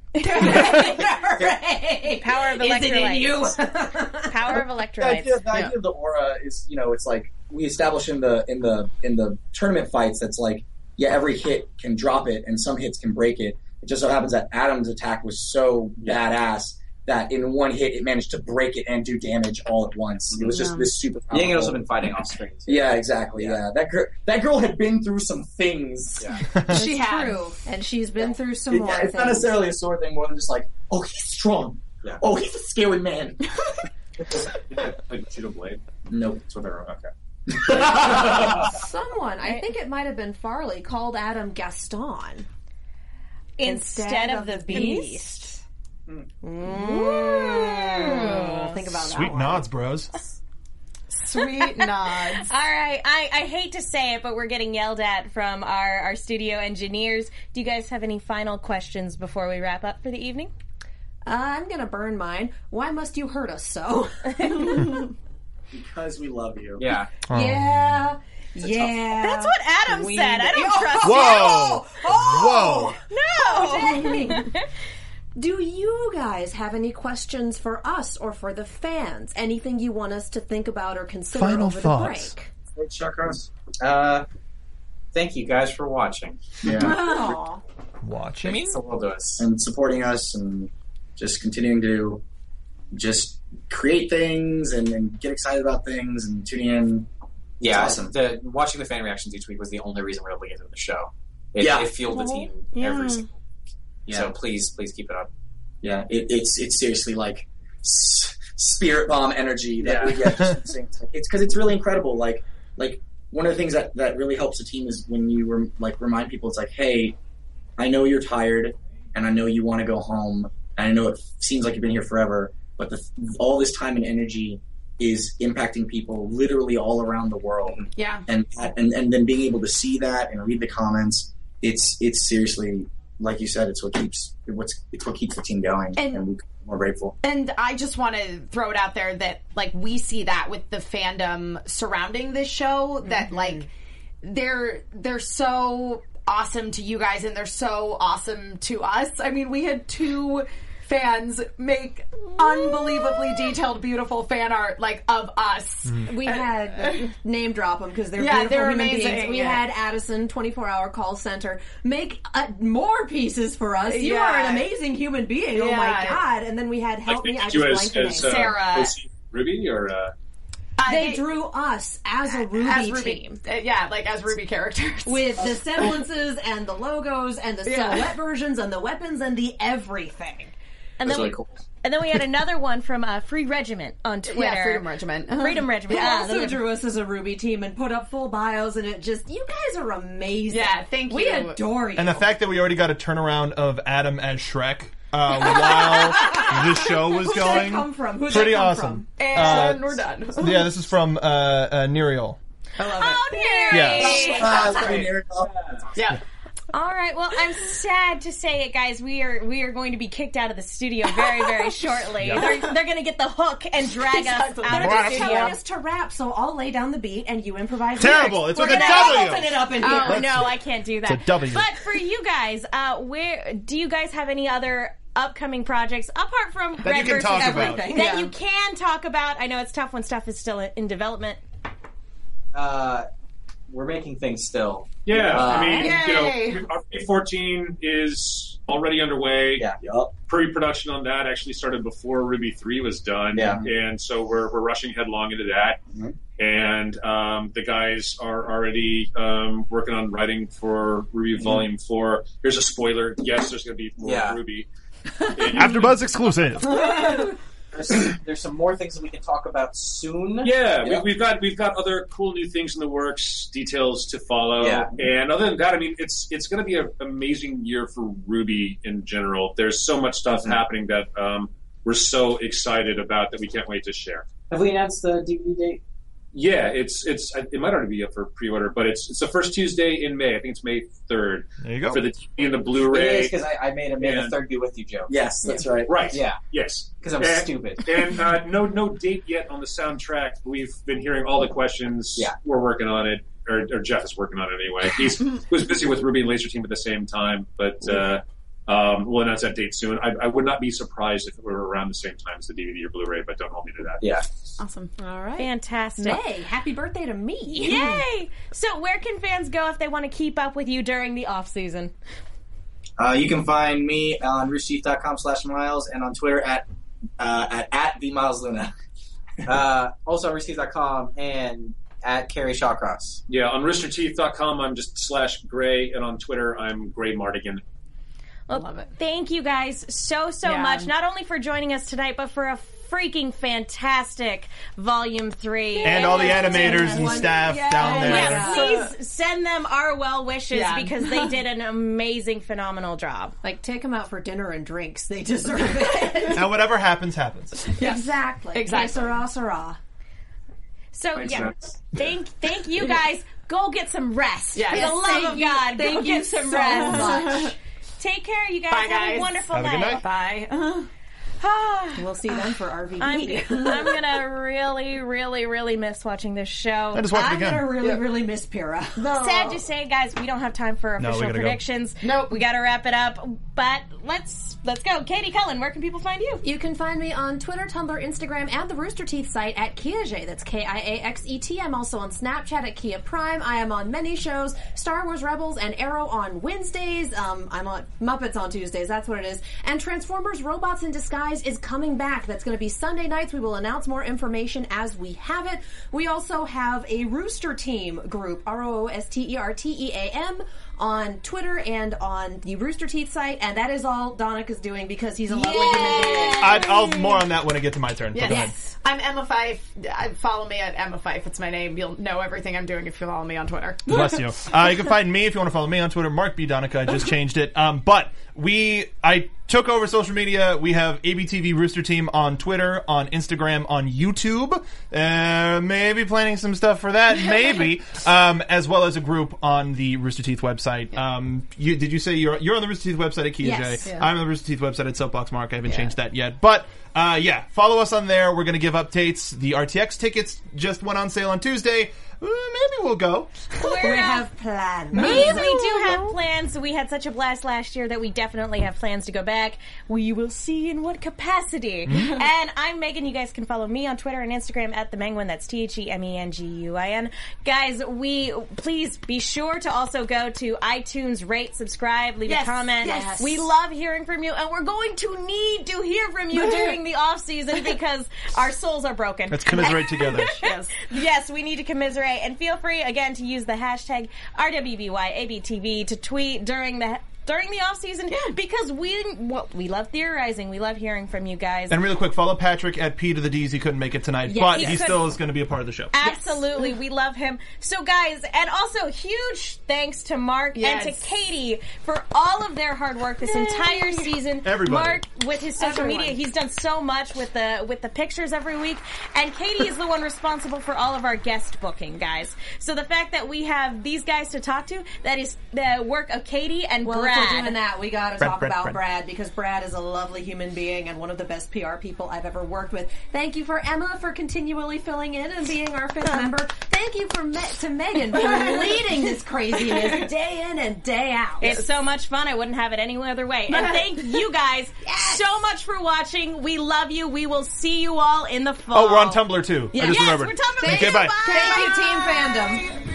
Speaker 2: Power of
Speaker 5: Is it in
Speaker 2: electrolytes.
Speaker 5: you?
Speaker 2: Power of
Speaker 7: The
Speaker 2: electrolytes.
Speaker 7: idea, the idea of the aura is, you know, it's like we establish in the in the in the tournament fights. That's like, yeah, every hit can drop it, and some hits can break it. It just so happens that Adam's attack was so badass that in one hit it managed to break it and do damage all at once. It was just this super.
Speaker 6: Yang had also
Speaker 7: powerful-
Speaker 6: been fighting off screen. too.
Speaker 7: Yeah, exactly. Yeah, that girl. That girl had been through some things.
Speaker 6: Yeah.
Speaker 4: she
Speaker 5: It's
Speaker 4: had.
Speaker 5: true, and she's been through some
Speaker 7: It-
Speaker 5: more.
Speaker 7: yeah, it's not
Speaker 5: things.
Speaker 7: necessarily a sword thing, more than just like, oh, he's strong.
Speaker 6: Yeah.
Speaker 7: Oh, he's a scary man.
Speaker 9: Like Cheeto Blade.
Speaker 7: nope.
Speaker 9: That's what they're okay.
Speaker 5: Someone, I think it might have been Farley, called Adam Gaston
Speaker 2: instead, of the beast. Mm.
Speaker 7: Hmm.
Speaker 5: Oh, think about that.
Speaker 3: Sweet
Speaker 5: one.
Speaker 3: nods, bros.
Speaker 4: Sweet nods.
Speaker 2: All right, I, I hate to say it, but we're getting yelled at from our, our studio engineers. Do you guys have any final questions before we wrap up for the evening?
Speaker 5: I'm gonna burn mine. Why must you hurt us so?
Speaker 7: Because we love you.
Speaker 6: Yeah.
Speaker 3: Oh.
Speaker 5: yeah, yeah.
Speaker 2: That's what Adam said. I don't trust
Speaker 5: Oh!
Speaker 3: Whoa! Whoa!
Speaker 5: Do you guys have any questions for us or for the fans? Anything you want us to think about or consider
Speaker 3: Final
Speaker 5: over
Speaker 3: thoughts.
Speaker 5: the break?
Speaker 6: Uh, thank you guys for watching.
Speaker 7: Yeah.
Speaker 5: Oh,
Speaker 3: Watching.
Speaker 6: It's a world to us.
Speaker 7: and supporting us and just continuing to just create things and, and get excited about things and tuning in.
Speaker 6: Yeah,
Speaker 7: It's awesome.
Speaker 6: the, watching the fan reactions each week was the only reason we were able to get into the show. It,
Speaker 7: Yeah.
Speaker 6: it fueled the team every single week.
Speaker 7: Yeah.
Speaker 6: So please, please keep it up.
Speaker 7: Yeah. It, it's it's seriously like s- spirit bomb energy that we get. Just from saying- it's because it's really incredible. Like like one of the things that that really helps a team is when you rem- like remind people. It's like, hey, I know you're tired, and I know you want to go home, and I know it seems like you've been here forever, but the, all this time and energy is impacting people literally all around the world.
Speaker 4: Yeah.
Speaker 7: and and and then being able to see that and read the comments, it's it's seriously like you said, it's what keeps what's it's what keeps the team going,
Speaker 4: And-
Speaker 7: and, we're more grateful.
Speaker 4: And I just want to throw it out there that like we see that with the fandom surrounding this show that
Speaker 5: Mm-hmm.
Speaker 4: like they're they're so awesome to you guys and they're so awesome to us. I mean, we had two fans make unbelievably detailed, beautiful fan art like of us.
Speaker 3: Mm-hmm.
Speaker 5: We had uh, name drop them because they're
Speaker 4: Yeah,
Speaker 5: beautiful
Speaker 4: they're
Speaker 5: human
Speaker 4: amazing,
Speaker 5: beings. We
Speaker 4: yeah.
Speaker 5: had Addison, twenty four hour call center, make uh, more pieces for us. You
Speaker 4: Yeah.
Speaker 5: are an amazing human being. Oh my
Speaker 4: Yeah.
Speaker 5: god! And then we had help
Speaker 9: Like,
Speaker 5: me. I
Speaker 9: did
Speaker 5: just
Speaker 9: you
Speaker 5: blanked
Speaker 9: as,
Speaker 5: the name.
Speaker 9: as uh,
Speaker 4: Sarah.
Speaker 9: OC Ruby or uh,
Speaker 5: they, drew us as a Ruby,
Speaker 4: as Ruby,
Speaker 5: team.
Speaker 4: Uh, yeah, like as Ruby characters.
Speaker 5: With the semblances and the logos and the
Speaker 4: Yeah.
Speaker 5: silhouette versions and the weapons and the everything.
Speaker 2: And then,
Speaker 7: really
Speaker 2: we,
Speaker 7: cool.
Speaker 2: and then we had another one from uh, Free Regiment on Twitter.
Speaker 4: yeah, Freedom Regiment.
Speaker 2: Freedom Regiment.
Speaker 5: They
Speaker 2: Ah,
Speaker 5: also
Speaker 2: those are-
Speaker 5: drew us as a Ruby team and put up full bios, and it just you guys are amazing.
Speaker 4: Yeah, thank
Speaker 5: We
Speaker 4: you.
Speaker 5: adore you.
Speaker 3: And the fact that we already got a turnaround of Adam as Shrek uh, while this show was
Speaker 5: Who'd that
Speaker 3: going.
Speaker 5: come from? Who'd that
Speaker 3: Pretty
Speaker 5: come
Speaker 3: awesome.
Speaker 4: And
Speaker 3: Uh,
Speaker 4: we're done.
Speaker 3: Yeah, this is from uh, uh, Nereal.
Speaker 2: Oh, Mary!
Speaker 3: Yeah.
Speaker 7: Ah, it's pretty near. Oh,
Speaker 4: yeah.
Speaker 2: All right. Well, I'm sad to say it, guys. We are we are going to be kicked out of the studio very very shortly. They're, they're going to get the hook and drag us out of
Speaker 5: They're
Speaker 2: the
Speaker 5: just
Speaker 2: studio.
Speaker 5: telling us to rap, so I'll lay down the beat and you improvise.
Speaker 3: Terrible.
Speaker 5: lyrics.
Speaker 3: It's
Speaker 5: We're
Speaker 3: with a
Speaker 5: gonna
Speaker 3: W.
Speaker 5: open it up in here.
Speaker 2: Oh no, I can't do that.
Speaker 3: It's a W.
Speaker 2: But for you guys, uh, where do you guys have any other upcoming projects apart from
Speaker 3: That
Speaker 2: Red
Speaker 3: you can
Speaker 2: versus
Speaker 3: talk about.
Speaker 2: Everything that you can talk about? I know it's tough when stuff is still in- in development.
Speaker 6: Uh, we're making things still.
Speaker 9: yeah,
Speaker 6: Uh,
Speaker 9: I mean,
Speaker 4: Yay.
Speaker 9: you know, our P14 is already underway.
Speaker 6: Yeah.
Speaker 7: yup.
Speaker 9: pre-production on that actually started before Ruby three was done,
Speaker 6: Yeah.
Speaker 9: and so we're we're rushing headlong into that.
Speaker 7: Mhm.
Speaker 9: And um, the guys are already um, working on writing for Ruby Volume Four. Here's a spoiler: yes, there's going to be more
Speaker 6: Mm-hmm. Yeah.
Speaker 9: Ruby.
Speaker 10: AfterBuzz exclusive.
Speaker 6: There's, there's some more things that we can talk about soon.
Speaker 9: Yeah,
Speaker 7: Yeah.
Speaker 9: We, we've got we've got other cool new things in the works, details to follow.
Speaker 6: Yeah.
Speaker 9: And other than that, I mean, it's it's going to be an amazing year for Ruby in general. There's so much stuff happening that um, we're so excited about that we can't wait to share.
Speaker 6: Have we announced the DVD date?
Speaker 9: Yeah, it's it's it might already be up for pre-order, but it's it's the first Tuesday in May. I think it's May third
Speaker 3: There you go.
Speaker 9: for the TV and the
Speaker 6: It is
Speaker 9: Blu-ray.
Speaker 6: because I, I made a May
Speaker 9: Yeah.
Speaker 6: the third be with you joke.
Speaker 7: Yes, that's right.
Speaker 9: Right.
Speaker 6: Yeah,
Speaker 9: Yes.
Speaker 6: because I'm
Speaker 9: Yeah.
Speaker 6: stupid.
Speaker 9: And uh, no no date yet on the soundtrack. We've been hearing all the questions.
Speaker 6: Yeah.
Speaker 9: We're working on it, or, or Jeff is working on it anyway. He's he was busy with Ruby and Laser Team at the same time, but. Uh, um, we'll announce that date soon. I, I would not be surprised if it were around the same time as the DVD or Blu-ray, but don't hold me to that.
Speaker 6: Yeah.
Speaker 5: Awesome. All right.
Speaker 2: Fantastic.
Speaker 5: May, happy birthday to me.
Speaker 2: Yay! So, where can fans go if they want to keep up with you during the off season?
Speaker 7: Uh, you can find me on roosterteeth.com slash miles and on Twitter at uh, at at the miles luna.
Speaker 6: Uh, also on receives.com and at Carrie Shawcross.
Speaker 9: Yeah, on roosterteeth.com, I'm just slash gray, and on Twitter, I'm gray mardigan.
Speaker 2: Well, Thank you guys so so
Speaker 4: Yeah.
Speaker 2: much, not only for joining us tonight, but for a freaking fantastic Volume Three.
Speaker 3: and all the animators and staff down there.
Speaker 2: Yeah, please send them our well wishes
Speaker 4: Yeah.
Speaker 2: because they did an amazing, phenomenal job.
Speaker 5: Like, take them out for dinner and drinks. They deserve it.
Speaker 3: Now, whatever happens, happens.
Speaker 5: Exactly.
Speaker 4: Exactly.
Speaker 5: Hey, Sarah, Sarah.
Speaker 2: So yeah,
Speaker 9: Max.
Speaker 2: thank thank you guys. Go get some rest.
Speaker 4: Yes.
Speaker 2: For
Speaker 4: Yes,
Speaker 2: the
Speaker 5: thank
Speaker 2: love of
Speaker 5: you-
Speaker 2: God, go
Speaker 5: thank
Speaker 2: get
Speaker 5: you
Speaker 2: some
Speaker 5: so
Speaker 2: rest.
Speaker 5: much.
Speaker 2: Take care, you guys.
Speaker 4: Bye,
Speaker 2: Have a
Speaker 4: guys.
Speaker 2: wonderful
Speaker 3: Have a good night.
Speaker 5: Bye. We'll see them for
Speaker 2: I'm,
Speaker 5: RVD.
Speaker 2: I'm gonna really, really, really miss watching this show.
Speaker 3: I just watched it
Speaker 5: I'm
Speaker 3: again.
Speaker 5: gonna really, really miss Pyrrha.
Speaker 2: Sad
Speaker 5: Oh.
Speaker 2: to say, guys, we don't have time for
Speaker 3: we
Speaker 2: official
Speaker 3: gotta go.
Speaker 2: predictions. Nope, we gotta wrap it up. But let's let's go. Katie Cullen, where can people find you?
Speaker 5: You can find me on Twitter, Tumblr, Instagram, and the Rooster Teeth site at Kiaxet. That's K I A X E T. I'm also on Snapchat at Kia Prime. I am on many shows, Star Wars Rebels and Arrow on Wednesdays. Um, I'm on Muppets on Tuesdays. That's what it is. And Transformers: Robots in Disguise is coming back. That's going to be Sunday nights. We will announce more information as we have it. We also have a Rooster Team group, R O O S T E R T E A M, on Twitter and on the Rooster Teeth site. And that is all Donick is doing because he's a lovely human being.
Speaker 3: I, I'll more on that when I get to my turn. but go ahead.
Speaker 4: I'm Emma Fife. Uh, Follow me at Emma Fife. It's my name. You'll know everything I'm doing if you follow me on Twitter.
Speaker 3: Bless you. Uh, you can find me if you want to follow me on Twitter, Mark B. Donica. I just changed it. Um, but we, I took over social media. We have ABTV Rooster Team on Twitter, on Instagram, on YouTube. Uh, maybe planning some stuff for that, maybe. um, as well as a group on the Rooster Teeth website. Um, you, did you say you're you're on the Rooster Teeth website at Key
Speaker 5: Yes. Yeah.
Speaker 3: I'm on the Rooster Teeth website at Soapbox Mark. I haven't changed that yet, but. Uh, yeah, follow us on there. We're going to give updates. The RTX tickets just went on sale on Tuesday. Uh, maybe we'll go.
Speaker 2: Where
Speaker 5: We have plans.
Speaker 2: Yes, we do have plans. We had such a blast last year that we definitely have plans to go back. We will see in what capacity. and I'm Megan. You guys can follow me on Twitter and Instagram at the Menguin. That's T H E M E N G U I N. Guys, we please be sure to also go to iTunes, rate, subscribe, leave
Speaker 4: Yes,
Speaker 2: a comment.
Speaker 4: yes.
Speaker 2: We love hearing from you, and we're going to need to hear from you during the off season because our souls are broken.
Speaker 3: Let's commiserate together.
Speaker 2: Yes, we need to commiserate. And feel free again to use the hashtag RWBYABTV to tweet during the during the off season because we what we love theorizing. We love hearing from you guys.
Speaker 3: And really quick, follow Patrick at P to the D's. He couldn't make it tonight, but
Speaker 2: he
Speaker 3: he
Speaker 2: couldn't.
Speaker 3: still is going to be a part of the show.
Speaker 2: Absolutely, we love him. So, guys, and also huge thanks to Mark and
Speaker 4: Yes.
Speaker 2: to Katie for all of their hard work this entire season.
Speaker 3: Everybody.
Speaker 2: Mark with his social media, he's done so much with the with the pictures every week, and Katie is the one responsible for all of our guest booking, guys. So the fact that we have these guys to talk to, that is the work of Katie and
Speaker 5: Well,
Speaker 2: Brad.
Speaker 5: if we're doing that, we got to talk
Speaker 3: Brad,
Speaker 5: about
Speaker 3: Brad.
Speaker 5: Brad. because Brad is a lovely human being and one of the best PR people I've ever worked with. Thank you for Emma for continually filling in and being our fifth member. Thank you for me- to Megan for leading this craziness day in and day out.
Speaker 2: It's so much fun. I wouldn't have it any other way. And thank you guys so much for watching. We love you. We will see you all in the fall.
Speaker 3: Oh, we're on Tumblr too. I
Speaker 2: Yes,
Speaker 3: just remembered.
Speaker 2: we're Tumblr.
Speaker 3: Okay,
Speaker 2: Thank you.
Speaker 3: bye.
Speaker 5: Thank you, Team Fandom.